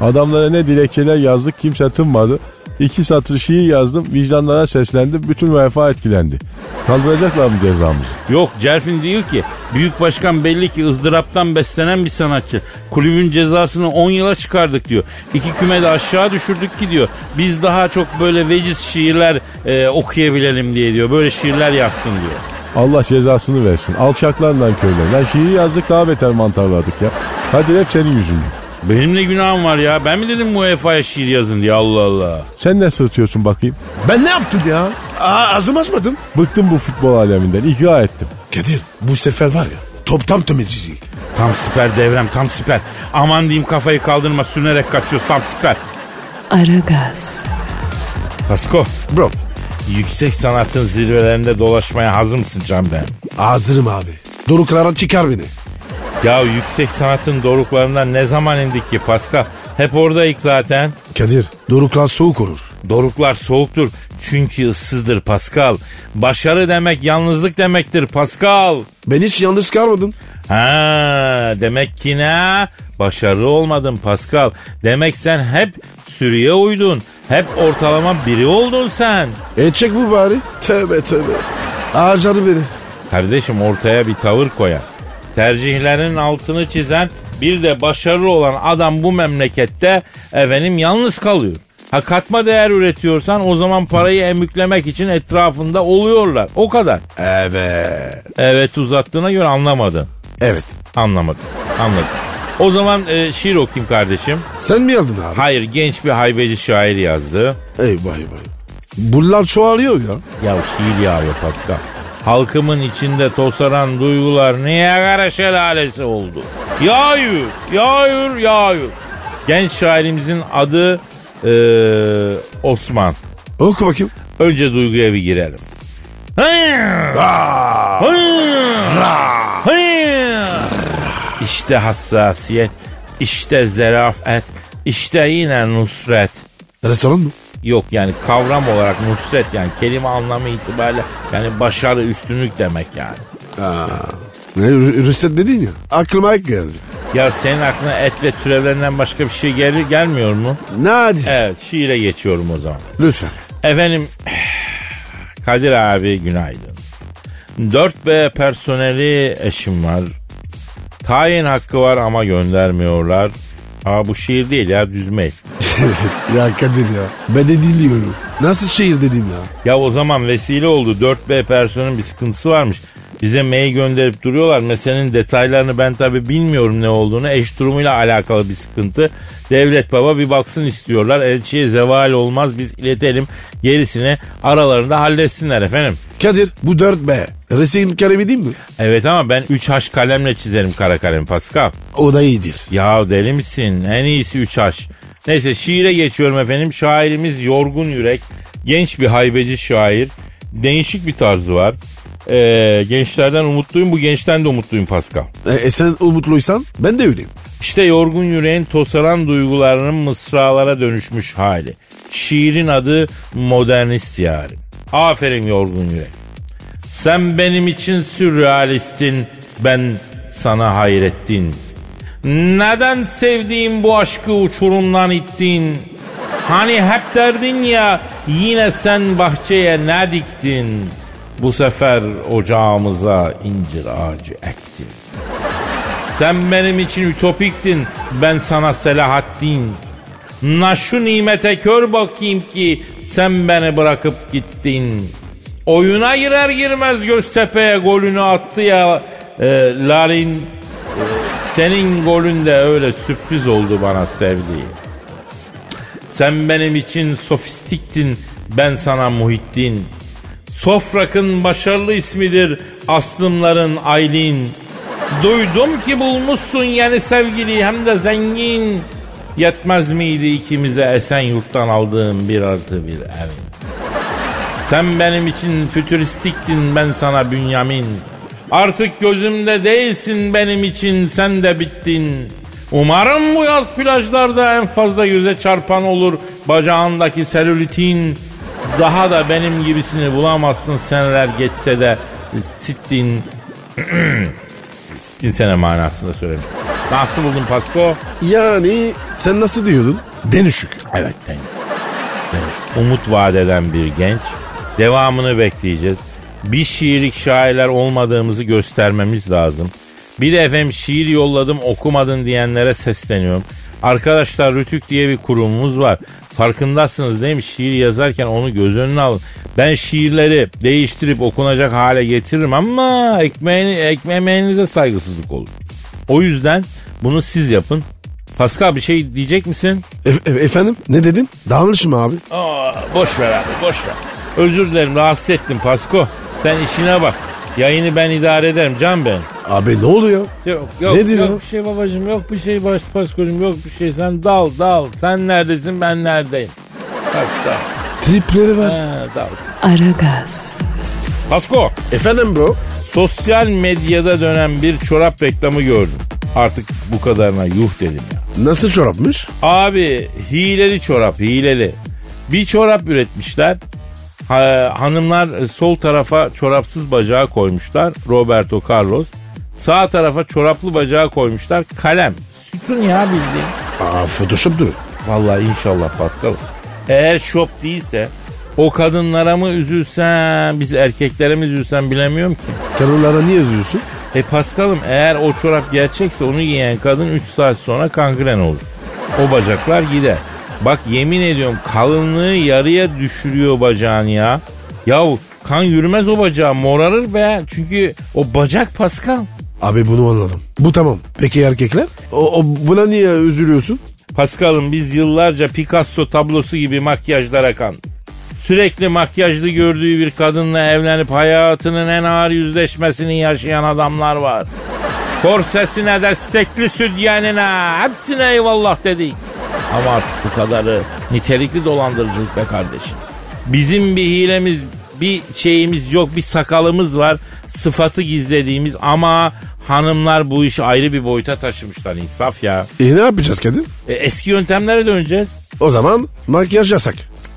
Speaker 4: Adamlara ne dilekçeler yazdık kimse tınmadı. İki satır şiir yazdım vicdanlara seslendim bütün vefa etkilendi. Kaldıracaklar mı cezamızı?
Speaker 2: Yok Cerfin diyor ki büyük başkan belli ki ızdıraptan beslenen bir sanatçı. Kulübün cezasını 10 yıla çıkardık diyor. İki küme de aşağı düşürdük ki diyor. Biz daha çok böyle veciz şiirler e, okuyabilelim diye diyor. Böyle şiirler yazsın diyor.
Speaker 4: Allah cezasını versin. Alçaklarla köyler. Lan şiir yazdık daha beter mantarladık ya. Hadi hep senin yüzünden.
Speaker 2: Benim ne günahım var ya? Ben mi dedim UEFA'ya şiir yazın diye Allah Allah.
Speaker 4: Sen ne sırtıyorsun bakayım?
Speaker 3: Ben ne yaptım ya? Aa, ağzımı açmadım.
Speaker 4: Bıktım bu futbol aleminden. İkra ettim.
Speaker 3: Kadir bu sefer var ya toptan tömecilik.
Speaker 2: Tam süper devrem tam süper. Aman diyeyim kafayı kaldırma sürünerek kaçıyoruz tam süper.
Speaker 1: Aragaz,
Speaker 2: Pasko
Speaker 3: Bro
Speaker 2: yüksek sanatın zirvelerinde dolaşmaya hazır mısın Can ben?
Speaker 3: hazırım abi. Doruklara çıkar beni.
Speaker 2: Ya yüksek sanatın doruklarından ne zaman indik ki Pascal? Hep oradayık zaten.
Speaker 3: Kadir doruklar soğuk olur.
Speaker 2: Doruklar soğuktur çünkü ıssızdır Pascal. Başarı demek yalnızlık demektir Pascal.
Speaker 3: Ben hiç yanlış çıkarmadım.
Speaker 2: Ha demek ki ne? Başarılı olmadın Pascal. Demek sen hep sürüye uydun. Hep ortalama biri oldun sen.
Speaker 3: E çek bu bari. Tövbe tövbe. Harcadı beni.
Speaker 2: Kardeşim ortaya bir tavır koyan, tercihlerin altını çizen, bir de başarılı olan adam bu memlekette efendim yalnız kalıyor. Ha katma değer üretiyorsan o zaman parayı emüklemek için etrafında oluyorlar. O kadar.
Speaker 3: Evet.
Speaker 2: Evet uzattığına göre anlamadın.
Speaker 3: Evet.
Speaker 2: Anlamadım. Anladım. O zaman e, şiir okuyayım kardeşim.
Speaker 3: Sen mi yazdın abi?
Speaker 2: Hayır genç bir haybeci şair yazdı.
Speaker 3: Eyvah eyvah. Bunlar çoğalıyor ya.
Speaker 2: Ya şiir yağıyor Pascal. Halkımın içinde tosaran duygular Niagara şelalesi oldu. Yağıyor, yağıyor, yağıyor. Genç şairimizin adı e, Osman.
Speaker 3: Oku bakayım.
Speaker 2: Önce duyguya bir girelim. İşte hassasiyet, işte zerafet, işte yine nusret.
Speaker 3: Restoran mı?
Speaker 2: Yok yani kavram olarak nusret yani kelime anlamı itibariyle yani başarı üstünlük demek yani.
Speaker 3: Ne, rü- Rüstet dedin ya. Aklıma ilk geldi.
Speaker 2: Ya senin aklına et ve türevlerinden başka bir şey gelir gelmiyor mu?
Speaker 3: Nadir.
Speaker 2: Evet şiire geçiyorum o zaman.
Speaker 3: Lütfen.
Speaker 2: Efendim Kadir abi günaydın. 4B personeli eşim var. Tayin hakkı var ama göndermiyorlar. Aa bu şiir değil ya düz mail.
Speaker 3: ya Kadir ya. Ben de dinliyorum. Nasıl şehir dedim ya.
Speaker 2: Ya o zaman vesile oldu. 4B personelin bir sıkıntısı varmış. Bize mail gönderip duruyorlar. Meselenin detaylarını ben tabi bilmiyorum ne olduğunu. Eş durumuyla alakalı bir sıkıntı. Devlet baba bir baksın istiyorlar. Elçiye zeval olmaz biz iletelim. Gerisini aralarında halletsinler efendim.
Speaker 3: Kadir bu 4 B. Resim kalemi değil mi?
Speaker 2: Evet ama ben 3H kalemle çizerim kara kalem Pascal.
Speaker 3: O da iyidir.
Speaker 2: Ya deli misin? En iyisi 3H. Neyse şiire geçiyorum efendim. Şairimiz Yorgun Yürek. Genç bir haybeci şair. Değişik bir tarzı var. Ee, gençlerden umutluyum. Bu gençten de umutluyum Pascal.
Speaker 3: E, e sen umutluysan ben de öyleyim.
Speaker 2: İşte yorgun yüreğin tosaran duygularının mısralara dönüşmüş hali. Şiirin adı modernist yani. Aferin yorgun yürek. Sen benim için sürrealistin, ben sana hayrettin. Neden sevdiğim bu aşkı uçurumdan ittin? Hani hep derdin ya yine sen bahçeye ne diktin? Bu sefer ocağımıza incir ağacı ektin. Sen benim için ütopiktin, ben sana Selahattin. Na şu nimete kör bakayım ki sen beni bırakıp gittin. Oyuna girer girmez Göztepe'ye golünü attı ya e, Larin. E, senin golün de öyle sürpriz oldu bana sevdiğim. Sen benim için sofistiktin, ben sana muhittin. Sofrak'ın başarılı ismidir, aslımların Aylin. Duydum ki bulmuşsun yeni sevgiliyi hem de zengin. Yetmez miydi ikimize esen yurttan aldığım bir artı bir evin? Sen benim için fütüristiktin ben sana Bünyamin. Artık gözümde değilsin benim için sen de bittin. Umarım bu yaz plajlarda en fazla yüze çarpan olur bacağındaki selülitin. Daha da benim gibisini bulamazsın seneler geçse de sittin. sittin sene manasında söyleyeyim. Nasıl buldun Pasko?
Speaker 3: Yani sen nasıl diyordun? Denüşük.
Speaker 2: Evet denk. Evet. Umut vaat eden bir genç. Devamını bekleyeceğiz. Bir şiirlik şairler olmadığımızı göstermemiz lazım. Bir de efendim şiir yolladım okumadın diyenlere sesleniyorum. Arkadaşlar Rütük diye bir kurumumuz var. Farkındasınız değil mi? Şiir yazarken onu göz önüne alın. Ben şiirleri değiştirip okunacak hale getiririm ama ekmeğini, ekme- emeğinize saygısızlık olur. O yüzden bunu siz yapın. Pascal bir şey diyecek misin?
Speaker 3: E- e- efendim ne dedin? Dağılışım abi.
Speaker 2: Aa, Ah, boş ver abi boş ver. Özür dilerim rahatsız ettim Pasko. Sen işine bak. Yayını ben idare ederim can ben.
Speaker 3: Abi ne oluyor?
Speaker 2: Yok yok
Speaker 3: Nedir
Speaker 2: yok
Speaker 3: o?
Speaker 2: bir şey babacığım yok bir şey baş Pasko'cum yok bir şey. Sen dal dal. Sen neredesin ben neredeyim. Bak dal.
Speaker 3: Tripleri var.
Speaker 2: Ha, dal.
Speaker 1: Aragaz,
Speaker 2: Pasko
Speaker 3: Efendim bro?
Speaker 2: sosyal medyada dönen bir çorap reklamı gördüm. Artık bu kadarına yuh dedim ya.
Speaker 3: Nasıl çorapmış?
Speaker 2: Abi hileli çorap hileli. Bir çorap üretmişler. Ha- hanımlar e, sol tarafa çorapsız bacağı koymuşlar Roberto Carlos. Sağ tarafa çoraplı bacağı koymuşlar kalem. Süt Photoshop'tun ya bildiğin.
Speaker 3: Aa Photoshop dur.
Speaker 2: Vallahi inşallah Pascal. Eğer şop değilse o kadınlara mı üzülsem, biz erkeklere mi üzülsem bilemiyorum ki.
Speaker 3: Karılara niye yazıyorsun?
Speaker 2: E Paskal'ım eğer o çorap gerçekse onu giyen kadın 3 saat sonra kangren olur. O bacaklar gider. Bak yemin ediyorum kalınlığı yarıya düşürüyor bacağını ya. Yahu kan yürümez o bacağa morarır be. Çünkü o bacak Paskal.
Speaker 3: Abi bunu anladım. Bu tamam. Peki erkekler? O, o buna niye üzülüyorsun?
Speaker 2: Paskal'ım biz yıllarca Picasso tablosu gibi makyajlara kandık. Sürekli makyajlı gördüğü bir kadınla evlenip hayatının en ağır yüzleşmesini yaşayan adamlar var. Korsesine, destekli südyenine, hepsine eyvallah dedik. Ama artık bu kadarı nitelikli dolandırıcılık be kardeşim. Bizim bir hilemiz, bir şeyimiz yok, bir sakalımız var. Sıfatı gizlediğimiz ama hanımlar bu işi ayrı bir boyuta taşımışlar insaf ya.
Speaker 3: E ne yapacağız Kadir?
Speaker 2: E, eski yöntemlere döneceğiz.
Speaker 3: O zaman makyaj yasak.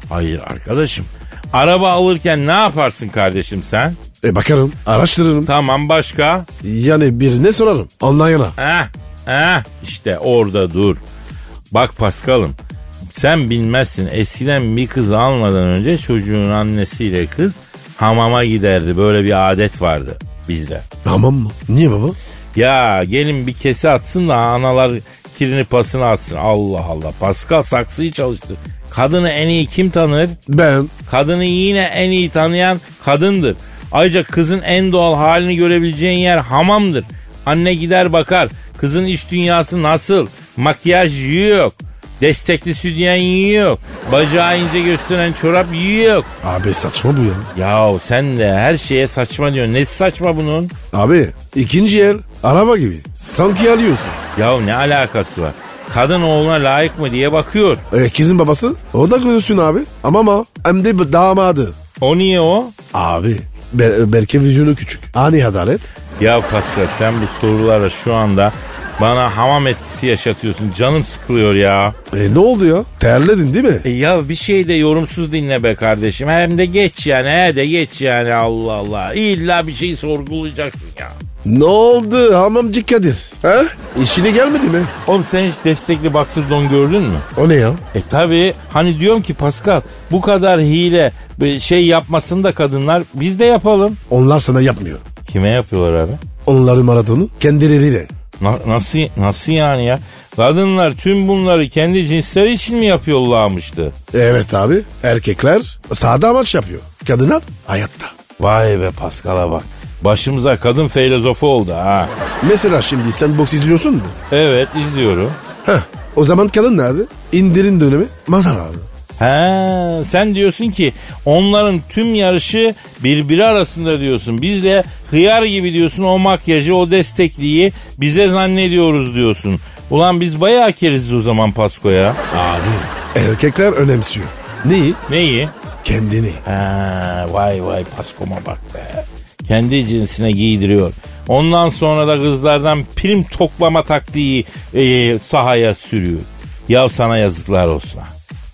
Speaker 2: Hayır arkadaşım. Araba alırken ne yaparsın kardeşim sen?
Speaker 3: E bakarım, araştırırım.
Speaker 2: Tamam başka.
Speaker 3: Yani birine sorarım. Online'a.
Speaker 2: Eh, eh işte orada dur. Bak Paskal'ım sen bilmezsin eskiden bir kızı almadan önce çocuğun annesiyle kız hamama giderdi. Böyle bir adet vardı bizde.
Speaker 3: Tamam mı? Niye baba?
Speaker 2: Ya gelin bir kese atsın da analar kirini pasını atsın. Allah Allah Paskal saksıyı çalıştır. Kadını en iyi kim tanır?
Speaker 3: Ben.
Speaker 2: Kadını yine en iyi tanıyan kadındır. Ayrıca kızın en doğal halini görebileceğin yer hamamdır. Anne gider bakar. Kızın iç dünyası nasıl? Makyaj yok. Destekli sütyen yok. Bacağı ince gösteren çorap yok.
Speaker 3: Abi saçma bu ya.
Speaker 2: Yahu sen de her şeye saçma diyorsun. Nesi saçma bunun?
Speaker 3: Abi ikinci el araba gibi. Sanki alıyorsun.
Speaker 2: Yahu ne alakası var? Kadın oğluna layık mı diye bakıyor.
Speaker 3: E, kızın babası? O da görüyorsun abi. Ama ama hem de bu damadı.
Speaker 2: O niye o?
Speaker 3: Abi. Ber- belki vizyonu küçük. Ani adalet.
Speaker 2: Ya Pascal sen bu sorulara şu anda bana hamam etkisi yaşatıyorsun. Canım sıkılıyor ya.
Speaker 3: E ne oldu ya? Terledin değil mi?
Speaker 2: E ya bir şey de yorumsuz dinle be kardeşim. Hem de geç yani. He de geç yani Allah Allah. İlla bir şeyi sorgulayacaksın ya.
Speaker 3: Ne oldu hamamcı Kadir? He? İşini gelmedi mi?
Speaker 2: Oğlum sen hiç destekli baksız don gördün mü?
Speaker 3: O ne ya?
Speaker 2: E tabi hani diyorum ki Pascal bu kadar hile e, şey yapmasın da kadınlar biz de yapalım.
Speaker 3: Onlar sana yapmıyor.
Speaker 2: Kime yapıyorlar abi?
Speaker 3: Onların maratonu kendileriyle.
Speaker 2: Na- nasıl nasıl yani ya? Kadınlar tüm bunları kendi cinsleri için mi yapıyorlarmıştı?
Speaker 3: Evet abi. Erkekler sahada amaç yapıyor. Kadınlar hayatta.
Speaker 2: Vay be Pascal'a bak. Başımıza kadın filozofu oldu ha.
Speaker 3: Mesela şimdi sen boks izliyorsun mu?
Speaker 2: Evet izliyorum.
Speaker 3: Heh. O zaman kadın nerede? İndirin dönemi mazar abi.
Speaker 2: He, sen diyorsun ki onların tüm yarışı birbiri arasında diyorsun. Biz de hıyar gibi diyorsun o makyajı o destekliği bize zannediyoruz diyorsun. Ulan biz bayağı keriz o zaman Pasko'ya.
Speaker 3: Abi. Erkekler önemsiyor. Neyi?
Speaker 2: Neyi?
Speaker 3: Kendini.
Speaker 2: He, vay vay Pasko'ma bak be. Kendi cinsine giydiriyor. Ondan sonra da kızlardan prim toplama taktiği e, sahaya sürüyor. Ya sana yazıklar olsun. ha.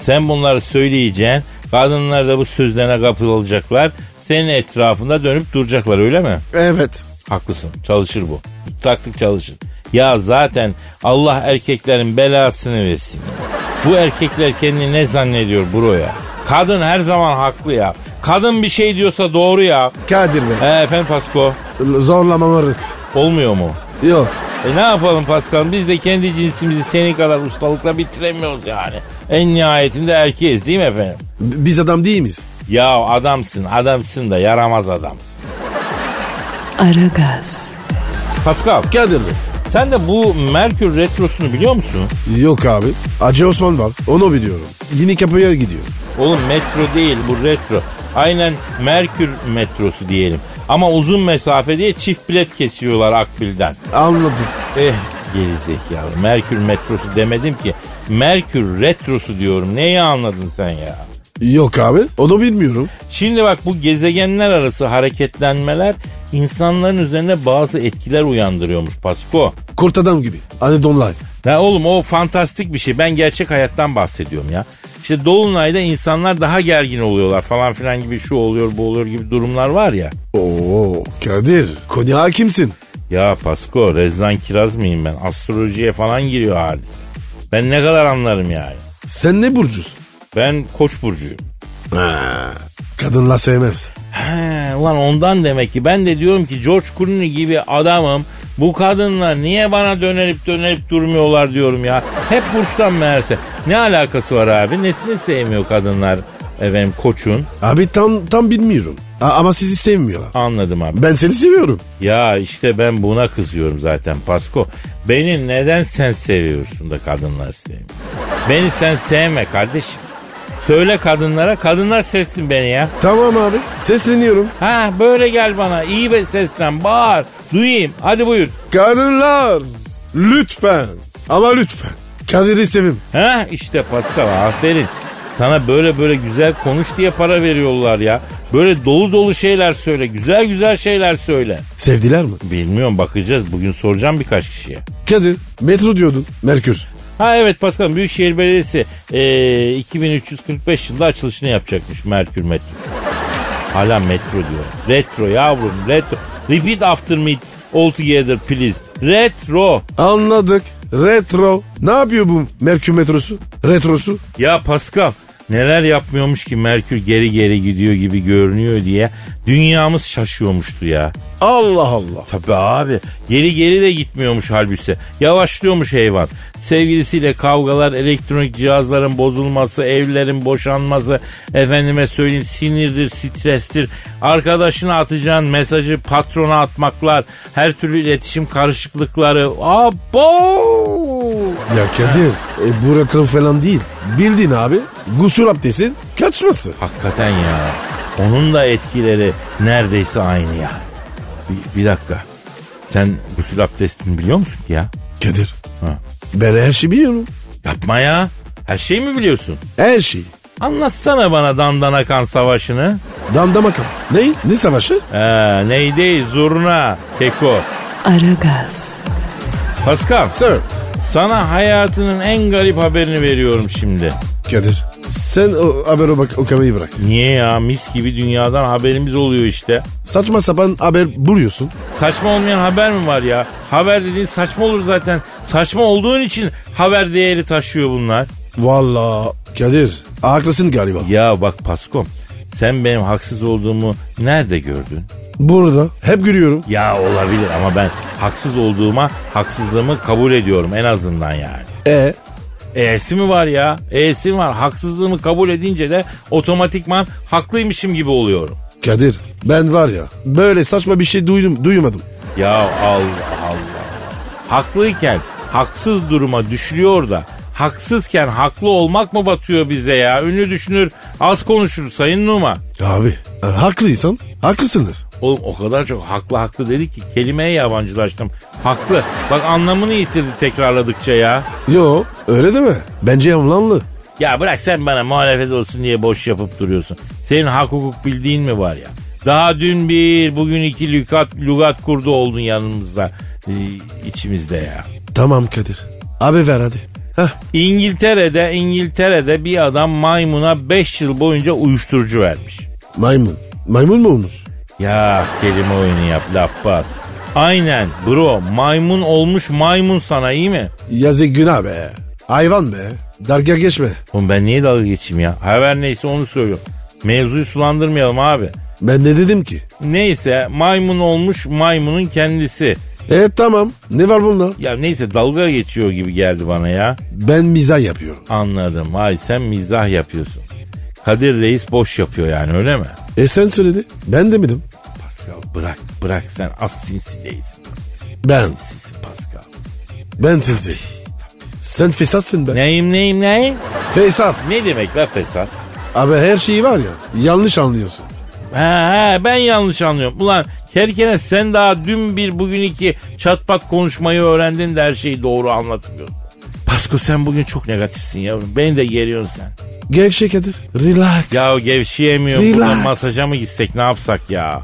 Speaker 2: Sen bunları söyleyeceksin. Kadınlar da bu sözlerine kapılacaklar. Senin etrafında dönüp duracaklar öyle mi?
Speaker 3: Evet.
Speaker 2: Haklısın çalışır bu. Taktik çalışır. Ya zaten Allah erkeklerin belasını versin. Bu erkekler kendini ne zannediyor bro ya? Kadın her zaman haklı ya. Kadın bir şey diyorsa doğru ya.
Speaker 3: Kadir be.
Speaker 2: E, efendim Pasko
Speaker 3: Zorlamamarık.
Speaker 2: olmuyor mu?
Speaker 3: Yok.
Speaker 2: E ne yapalım Pascal biz de kendi cinsimizi senin kadar ustalıkla bitiremiyoruz yani. En nihayetinde erkeğiz değil mi efendim?
Speaker 3: B- Biz adam değil miyiz?
Speaker 2: Ya adamsın adamsın da yaramaz adamsın.
Speaker 1: Aragaz,
Speaker 2: Pascal
Speaker 3: Kadir be.
Speaker 2: sen de bu Merkür Retrosu'nu biliyor musun?
Speaker 3: Yok abi. Hacı Osman var. Onu biliyorum. Yeni kapıya gidiyor.
Speaker 2: Oğlum metro değil bu retro. Aynen Merkür metrosu diyelim. Ama uzun mesafe diye çift bilet kesiyorlar Akbil'den.
Speaker 3: Anladım.
Speaker 2: Eh gerizekalı. Merkür metrosu demedim ki. Merkür retrosu diyorum. Neyi anladın sen ya?
Speaker 3: Yok abi. Onu bilmiyorum.
Speaker 2: Şimdi bak bu gezegenler arası hareketlenmeler insanların üzerine bazı etkiler uyandırıyormuş Pasko.
Speaker 3: Kurt adam gibi. Hani Donlay.
Speaker 2: Ya oğlum o fantastik bir şey. Ben gerçek hayattan bahsediyorum ya. İşte Dolunay'da insanlar daha gergin oluyorlar falan filan gibi şu oluyor bu oluyor gibi durumlar var ya.
Speaker 3: Oo Kadir. Konya hakimsin.
Speaker 2: Ya Pasko Rezan Kiraz mıyım ben? Astrolojiye falan giriyor hadis. Ben ne kadar anlarım yani.
Speaker 3: Sen ne burcusun?
Speaker 2: Ben koç burcuyum.
Speaker 3: Ha. Kadınla sevmez.
Speaker 2: He, ulan ondan demek ki ben de diyorum ki George Clooney gibi adamım. Bu kadınlar niye bana dönelip dönelip durmuyorlar diyorum ya. Hep burçtan meğerse. Ne alakası var abi? Nesini sevmiyor kadınlar efendim koçun?
Speaker 3: Abi tam tam bilmiyorum. A- ama sizi sevmiyorlar.
Speaker 2: Anladım abi.
Speaker 3: Ben seni seviyorum.
Speaker 2: Ya işte ben buna kızıyorum zaten Pasko. Beni neden sen seviyorsun da kadınlar sevmiyor? Beni sen sevme kardeşim. Söyle kadınlara kadınlar sevsin beni ya.
Speaker 3: Tamam abi. Sesleniyorum.
Speaker 2: Ha böyle gel bana iyi bir seslen bağır duyayım hadi buyur.
Speaker 3: Kadınlar lütfen ama lütfen Kadir'i sevim.
Speaker 2: Ha işte Pascal aferin. Sana böyle böyle güzel konuş diye para veriyorlar ya. Böyle dolu dolu şeyler söyle güzel güzel şeyler söyle.
Speaker 3: Sevdiler mi?
Speaker 2: Bilmiyorum bakacağız bugün soracağım birkaç kişiye.
Speaker 3: Kadir metro diyordun. Merkür.
Speaker 2: Ha evet Pascal Büyükşehir Belediyesi e, eee, 2345 yılında açılışını yapacakmış Merkür Metro. Hala metro diyor. Retro yavrum retro. Repeat after me altogether please. Retro.
Speaker 3: Anladık. Retro. Ne yapıyor bu Merkür metrosu? Retrosu.
Speaker 2: Ya Pascal neler yapmıyormuş ki Merkür geri geri gidiyor gibi görünüyor diye dünyamız şaşıyormuştu ya.
Speaker 3: Allah Allah.
Speaker 2: Tabii abi. Geri geri de gitmiyormuş halbüse. Yavaşlıyormuş hayvan. Sevgilisiyle kavgalar, elektronik cihazların bozulması, evlerin boşanması, efendime söyleyeyim sinirdir, strestir, arkadaşına atacağın mesajı patrona atmaklar, her türlü iletişim karışıklıkları. Abo!
Speaker 3: Ya Kadir e, bu retro falan değil. Bildin abi. Gusül abdestin kaçması.
Speaker 2: Hakikaten ya. Onun da etkileri neredeyse aynı ya. Bir, bir dakika. Sen gusül abdestini biliyor musun ki ya?
Speaker 3: Kadir
Speaker 2: Ha.
Speaker 3: ben her şeyi biliyorum.
Speaker 2: Yapma ya. Her şeyi mi biliyorsun?
Speaker 3: Her şeyi.
Speaker 2: Anlatsana bana Dandana Kan Savaşı'nı.
Speaker 3: Damdama kam. Ne? Ne savaşı?
Speaker 2: Ee, neydi? Zurna. Keko.
Speaker 1: Aragaz.
Speaker 2: Pascal
Speaker 3: Sir.
Speaker 2: sana hayatının en garip haberini veriyorum şimdi.
Speaker 3: Kadir sen o habere bak o kamerayı bırak.
Speaker 2: Niye ya? Mis gibi dünyadan haberimiz oluyor işte.
Speaker 3: Saçma sapan haber buluyorsun.
Speaker 2: Saçma olmayan haber mi var ya? Haber dediğin saçma olur zaten. Saçma olduğun için haber değeri taşıyor bunlar.
Speaker 3: Valla Kadir haklısın galiba.
Speaker 2: Ya bak Paskom sen benim haksız olduğumu nerede gördün?
Speaker 3: Burada hep görüyorum.
Speaker 2: Ya olabilir ama ben haksız olduğuma haksızlığımı kabul ediyorum en azından yani.
Speaker 3: E
Speaker 2: E'si mi var ya? E'si mi var? Haksızlığımı kabul edince de otomatikman haklıymışım gibi oluyorum.
Speaker 3: Kadir ben var ya böyle saçma bir şey duydum duymadım.
Speaker 2: Ya Allah Allah. Haklıyken haksız duruma düşülüyor da haksızken haklı olmak mı batıyor bize ya? Ünlü düşünür az konuşur Sayın Numa.
Speaker 3: Abi e, haklıysan haklısındır.
Speaker 2: Oğlum o kadar çok haklı haklı dedik ki kelimeye yabancılaştım. Haklı. Bak anlamını yitirdi tekrarladıkça ya.
Speaker 3: Yo öyle deme. Bence yalanlı.
Speaker 2: Ya bırak sen bana muhalefet olsun diye boş yapıp duruyorsun. Senin hak hukuk bildiğin mi var ya? Daha dün bir, bugün iki lügat, lügat kurdu oldun yanımızda, ee, içimizde ya.
Speaker 3: Tamam Kadir. Abi ver hadi. Heh,
Speaker 2: İngiltere'de, İngiltere'de bir adam maymuna 5 yıl boyunca uyuşturucu vermiş.
Speaker 3: maymun. Maymun mu olmuş?
Speaker 2: Ya kelime oyunu yap, laf bas. Aynen bro, maymun olmuş maymun sana iyi mi?
Speaker 3: Yazık günah be. Hayvan be. Dalga geçme.
Speaker 2: Oğlum ben niye dalga geçeyim ya? Haber neyse onu söylüyorum. Mevzuyu sulandırmayalım abi.
Speaker 3: Ben ne dedim ki?
Speaker 2: Neyse maymun olmuş maymunun kendisi.
Speaker 3: E tamam. Ne var bunda?
Speaker 2: Ya neyse dalga geçiyor gibi geldi bana ya.
Speaker 3: Ben mizah yapıyorum.
Speaker 2: Anladım. Ay sen mizah yapıyorsun. Kadir Reis boş yapıyor yani öyle mi?
Speaker 3: E sen söyledi. Ben demedim.
Speaker 2: Pascal bırak bırak sen az sinsi değilsin.
Speaker 3: Ben.
Speaker 2: Sinsi Pascal.
Speaker 3: Ben sinsi. Sen fesatsın be.
Speaker 2: Neyim neyim neyim?
Speaker 3: Fesat.
Speaker 2: Ne demek la fesat?
Speaker 3: Abi her şeyi var ya. Yanlış anlıyorsun.
Speaker 2: He he ben yanlış anlıyorum. Ulan kerkene sen daha dün bir bugün iki çatpat konuşmayı öğrendin de her şeyi doğru anlatmıyorsun. Pasko sen bugün çok negatifsin yavrum. Beni de geriyorsun sen.
Speaker 3: Gevşe Kadir. Relax.
Speaker 2: Ya gevşeyemiyorum. Buradan
Speaker 3: Relax.
Speaker 2: masaja mı gitsek ne yapsak ya?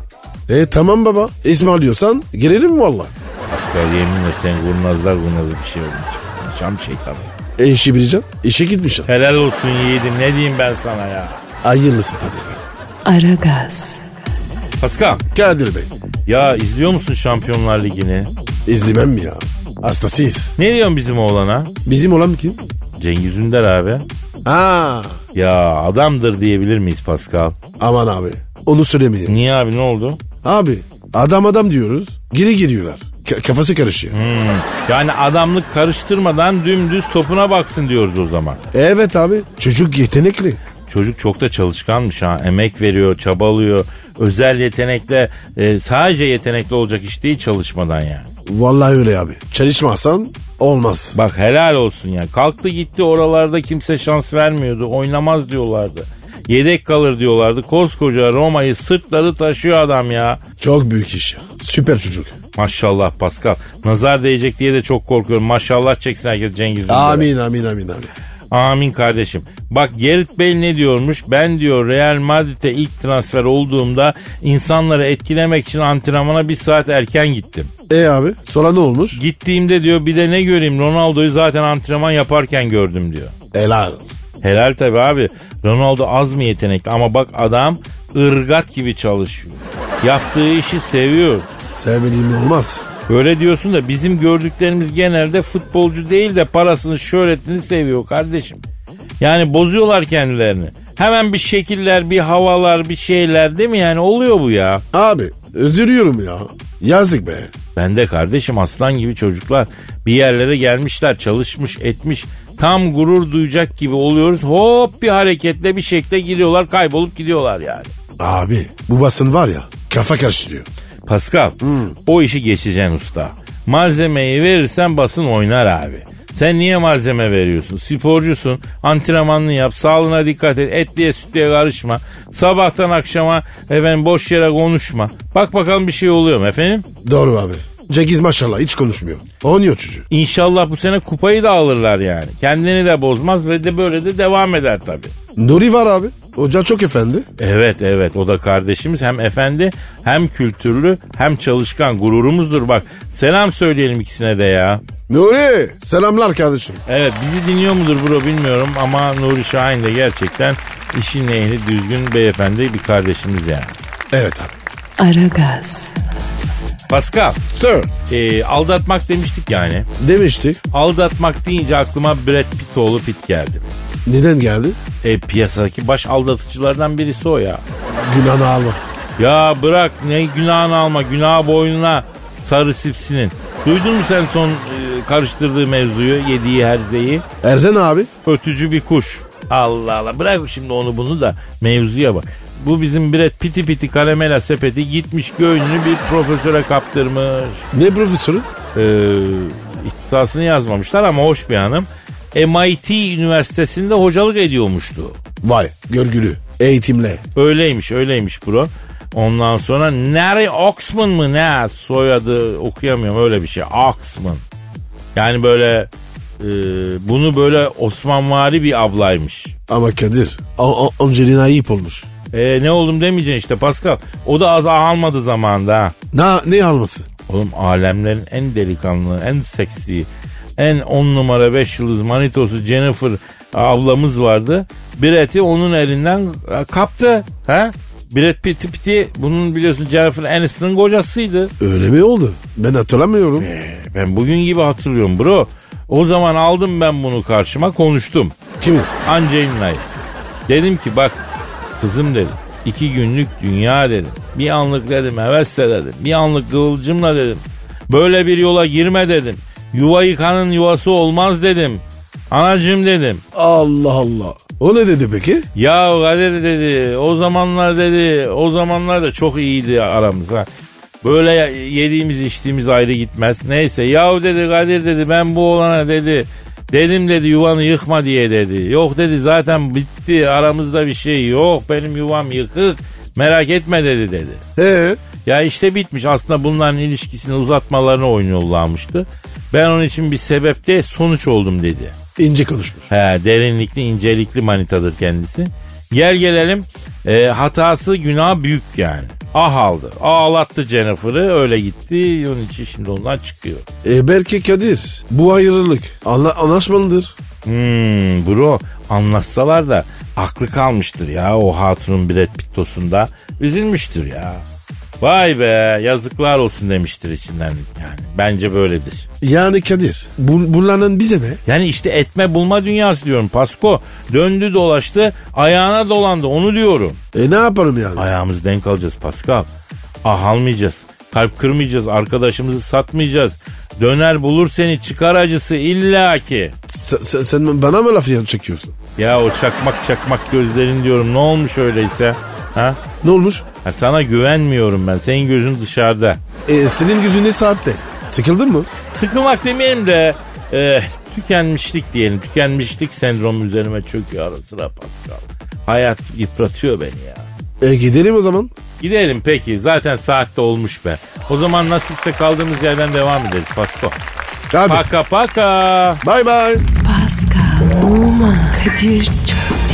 Speaker 3: E tamam baba. İsmarlıyorsan girelim valla.
Speaker 2: Pascal yeminle sen kurnazlar kurnazı bir şey olmayacak. Şam şeytanı.
Speaker 3: E işi bileceksin. İşe gitmişsin.
Speaker 2: Helal olsun yiğidim ne diyeyim ben sana ya.
Speaker 3: Hayırlısın Kadir.
Speaker 1: Aragaz.
Speaker 2: Pascal
Speaker 3: Kadir Bey.
Speaker 2: Ya izliyor musun Şampiyonlar Ligi'ni?
Speaker 3: İzlemem mi ya? Hastasıyız.
Speaker 2: Ne diyorsun bizim oğlana?
Speaker 3: Bizim olan kim?
Speaker 2: Cengiz Ünder abi.
Speaker 3: Ha,
Speaker 2: Ya adamdır diyebilir miyiz Pascal?
Speaker 3: aman abi. Onu söylemeyin.
Speaker 2: Niye abi ne oldu?
Speaker 3: Abi adam adam diyoruz. Geri giriyorlar. Ka- kafası karışıyor.
Speaker 2: Yani adamlık karıştırmadan dümdüz topuna baksın diyoruz o zaman.
Speaker 3: Evet abi. Çocuk yetenekli.
Speaker 2: Çocuk çok da çalışkanmış ha. Emek veriyor, çabalıyor. Özel yetenekle, e, sadece yetenekli olacak iş değil çalışmadan yani.
Speaker 3: Vallahi öyle abi. Çalışmazsan olmaz.
Speaker 2: Bak helal olsun ya. Kalktı gitti oralarda kimse şans vermiyordu. Oynamaz diyorlardı. Yedek kalır diyorlardı. Koskoca Roma'yı sırtları taşıyor adam ya.
Speaker 3: Çok büyük iş ya. Süper çocuk.
Speaker 2: Maşallah Pascal. Nazar değecek diye de çok korkuyorum. Maşallah çeksin herkes Cengiz Ünder'e.
Speaker 3: Amin amin amin abi.
Speaker 2: Amin kardeşim. Bak Gerrit Bale ne diyormuş? Ben diyor Real Madrid'e ilk transfer olduğumda insanları etkilemek için antrenmana bir saat erken gittim.
Speaker 3: E abi sonra ne olmuş?
Speaker 2: Gittiğimde diyor bir de ne göreyim Ronaldo'yu zaten antrenman yaparken gördüm diyor.
Speaker 3: Helal.
Speaker 2: Helal tabi abi. Ronaldo az mı yetenekli ama bak adam ırgat gibi çalışıyor. Yaptığı işi seviyor.
Speaker 3: Sevmediğim olmaz.
Speaker 2: Öyle diyorsun da bizim gördüklerimiz genelde futbolcu değil de parasını şöhretini seviyor kardeşim. Yani bozuyorlar kendilerini. Hemen bir şekiller, bir havalar, bir şeyler değil mi? Yani oluyor bu ya.
Speaker 3: Abi üzülüyorum ya. Yazık be.
Speaker 2: Ben de kardeşim aslan gibi çocuklar bir yerlere gelmişler, çalışmış, etmiş. Tam gurur duyacak gibi oluyoruz. Hop bir hareketle bir şekle giriyorlar, kaybolup gidiyorlar yani.
Speaker 3: Abi bu basın var ya kafa karıştırıyor.
Speaker 2: Pascal o işi geçeceksin usta. Malzemeyi verirsen basın oynar abi. Sen niye malzeme veriyorsun? Sporcusun, antrenmanını yap, sağlığına dikkat et, etliye sütlüye karışma. Sabahtan akşama efendim boş yere konuşma. Bak bakalım bir şey oluyor mu efendim?
Speaker 3: Doğru abi. Cengiz maşallah hiç konuşmuyor. Oynuyor çocuğu.
Speaker 2: İnşallah bu sene kupayı da alırlar yani. Kendini de bozmaz ve de böyle de devam eder tabii.
Speaker 3: Nuri var abi. Hoca çok efendi.
Speaker 2: Evet evet o da kardeşimiz hem efendi hem kültürlü hem çalışkan gururumuzdur bak. Selam söyleyelim ikisine de ya.
Speaker 3: Nuri selamlar kardeşim.
Speaker 2: Evet bizi dinliyor mudur bro bilmiyorum ama Nuri Şahin de gerçekten işin ehli düzgün beyefendi bir kardeşimiz yani.
Speaker 3: Evet abi.
Speaker 1: Aragaz,
Speaker 2: Pascal
Speaker 3: Sir.
Speaker 2: e, aldatmak demiştik yani.
Speaker 3: Demişti.
Speaker 2: Aldatmak deyince aklıma Brad Pittoğlu Pitt geldi.
Speaker 3: Neden geldi?
Speaker 2: E, piyasadaki baş aldatıcılardan birisi o ya.
Speaker 3: Günahını alma.
Speaker 2: Ya bırak ne günahını alma günah boynuna sarı sipsinin. Duydun mu sen son e, karıştırdığı mevzuyu yediği herzeyi?
Speaker 3: Erzen abi.
Speaker 2: Ötücü bir kuş. Allah Allah bırak şimdi onu bunu da mevzuya bak. Bu bizim Brad piti piti karamela sepeti gitmiş göğününü bir profesöre kaptırmış.
Speaker 3: Ne profesörü?
Speaker 2: Ee, iddiasını yazmamışlar ama hoş bir hanım. MIT Üniversitesi'nde hocalık ediyormuştu.
Speaker 3: Vay görgülü. Eğitimle.
Speaker 2: Öyleymiş öyleymiş bro. Ondan sonra Neri Oxman mı ne soyadı okuyamıyorum öyle bir şey. Oxman. Yani böyle e, bunu böyle Osmanvari bir ablaymış.
Speaker 3: Ama Kadir A- A- Angelina ayıp olmuş.
Speaker 2: E, ne oldum demeyeceksin işte Pascal. O da az almadı zamanında ha.
Speaker 3: Na, ne alması?
Speaker 2: Oğlum alemlerin en delikanlı, en seksi, en on numara beş yıldız manitosu Jennifer ablamız vardı. Brett'i onun elinden e, kaptı. Ha? Brett Pitt'i Pitt'i bunun biliyorsun Jennifer Aniston'un kocasıydı.
Speaker 3: Öyle mi oldu? Ben hatırlamıyorum.
Speaker 2: E, Ben bugün gibi hatırlıyorum bro. O zaman aldım ben bunu karşıma konuştum.
Speaker 3: Kimi?
Speaker 2: Angelina'yı. Dedim ki bak kızım dedim. iki günlük dünya dedim. Bir anlık dedim hevesle dedim. Bir anlık kıvılcımla dedim. Böyle bir yola girme dedim. Yuva yıkanın yuvası olmaz dedim. Anacım dedim.
Speaker 3: Allah Allah. O ne dedi peki?
Speaker 2: Ya Kadir dedi o zamanlar dedi o zamanlar da çok iyiydi aramız ha. Böyle yediğimiz içtiğimiz ayrı gitmez. Neyse yahu dedi Kadir dedi ben bu olana dedi dedim dedi yuvanı yıkma diye dedi. Yok dedi zaten bitti aramızda bir şey yok benim yuvam yıkık merak etme dedi dedi.
Speaker 3: Ee,
Speaker 2: Ya işte bitmiş aslında bunların ilişkisini uzatmalarını oynuyorlarmıştı. Ben onun için bir sebep de sonuç oldum dedi.
Speaker 3: ince konuşmuş.
Speaker 2: He, derinlikli incelikli manitadır kendisi. Gel gelelim e, hatası günah büyük yani. Ah aldı. Ağlattı Jennifer'ı öyle gitti. Onun için şimdi ondan çıkıyor.
Speaker 3: E belki Kadir bu ayrılık anla, anlaşmalıdır.
Speaker 2: Hmm, bro anlatsalar da aklı kalmıştır ya o hatunun Brad Pitt tosunda. Üzülmüştür ya. Vay be yazıklar olsun demiştir içinden yani. Bence böyledir.
Speaker 3: Yani Kadir bu, bunların bize ne?
Speaker 2: Yani işte etme bulma dünyası diyorum Pasko. Döndü dolaştı ayağına dolandı onu diyorum.
Speaker 3: E ne yaparım yani?
Speaker 2: Ayağımız denk alacağız Pascal. Ah almayacağız. Kalp kırmayacağız. Arkadaşımızı satmayacağız. Döner bulur seni çıkar acısı illaki.
Speaker 3: Sen, sen- sen bana mı laf yan çekiyorsun?
Speaker 2: Ya o çakmak çakmak gözlerin diyorum. Ne olmuş öyleyse? Ha?
Speaker 3: Ne olmuş?
Speaker 2: Ha, sana güvenmiyorum ben. Senin gözün dışarıda.
Speaker 3: E, senin gözün ne saatte? Sıkıldın mı?
Speaker 2: Sıkılmak demeyelim de e, tükenmişlik diyelim. Tükenmişlik sendromu üzerime çöküyor ara sıra Pascal. Hayat yıpratıyor beni ya.
Speaker 3: E gidelim o zaman.
Speaker 2: Gidelim peki. Zaten saatte olmuş be. O zaman nasipse kaldığımız yerden devam ederiz Pasko.
Speaker 3: Hadi.
Speaker 2: Paka paka.
Speaker 3: Bay bay.
Speaker 1: Pascal, Oman, Kadir çok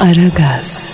Speaker 1: Aragaz.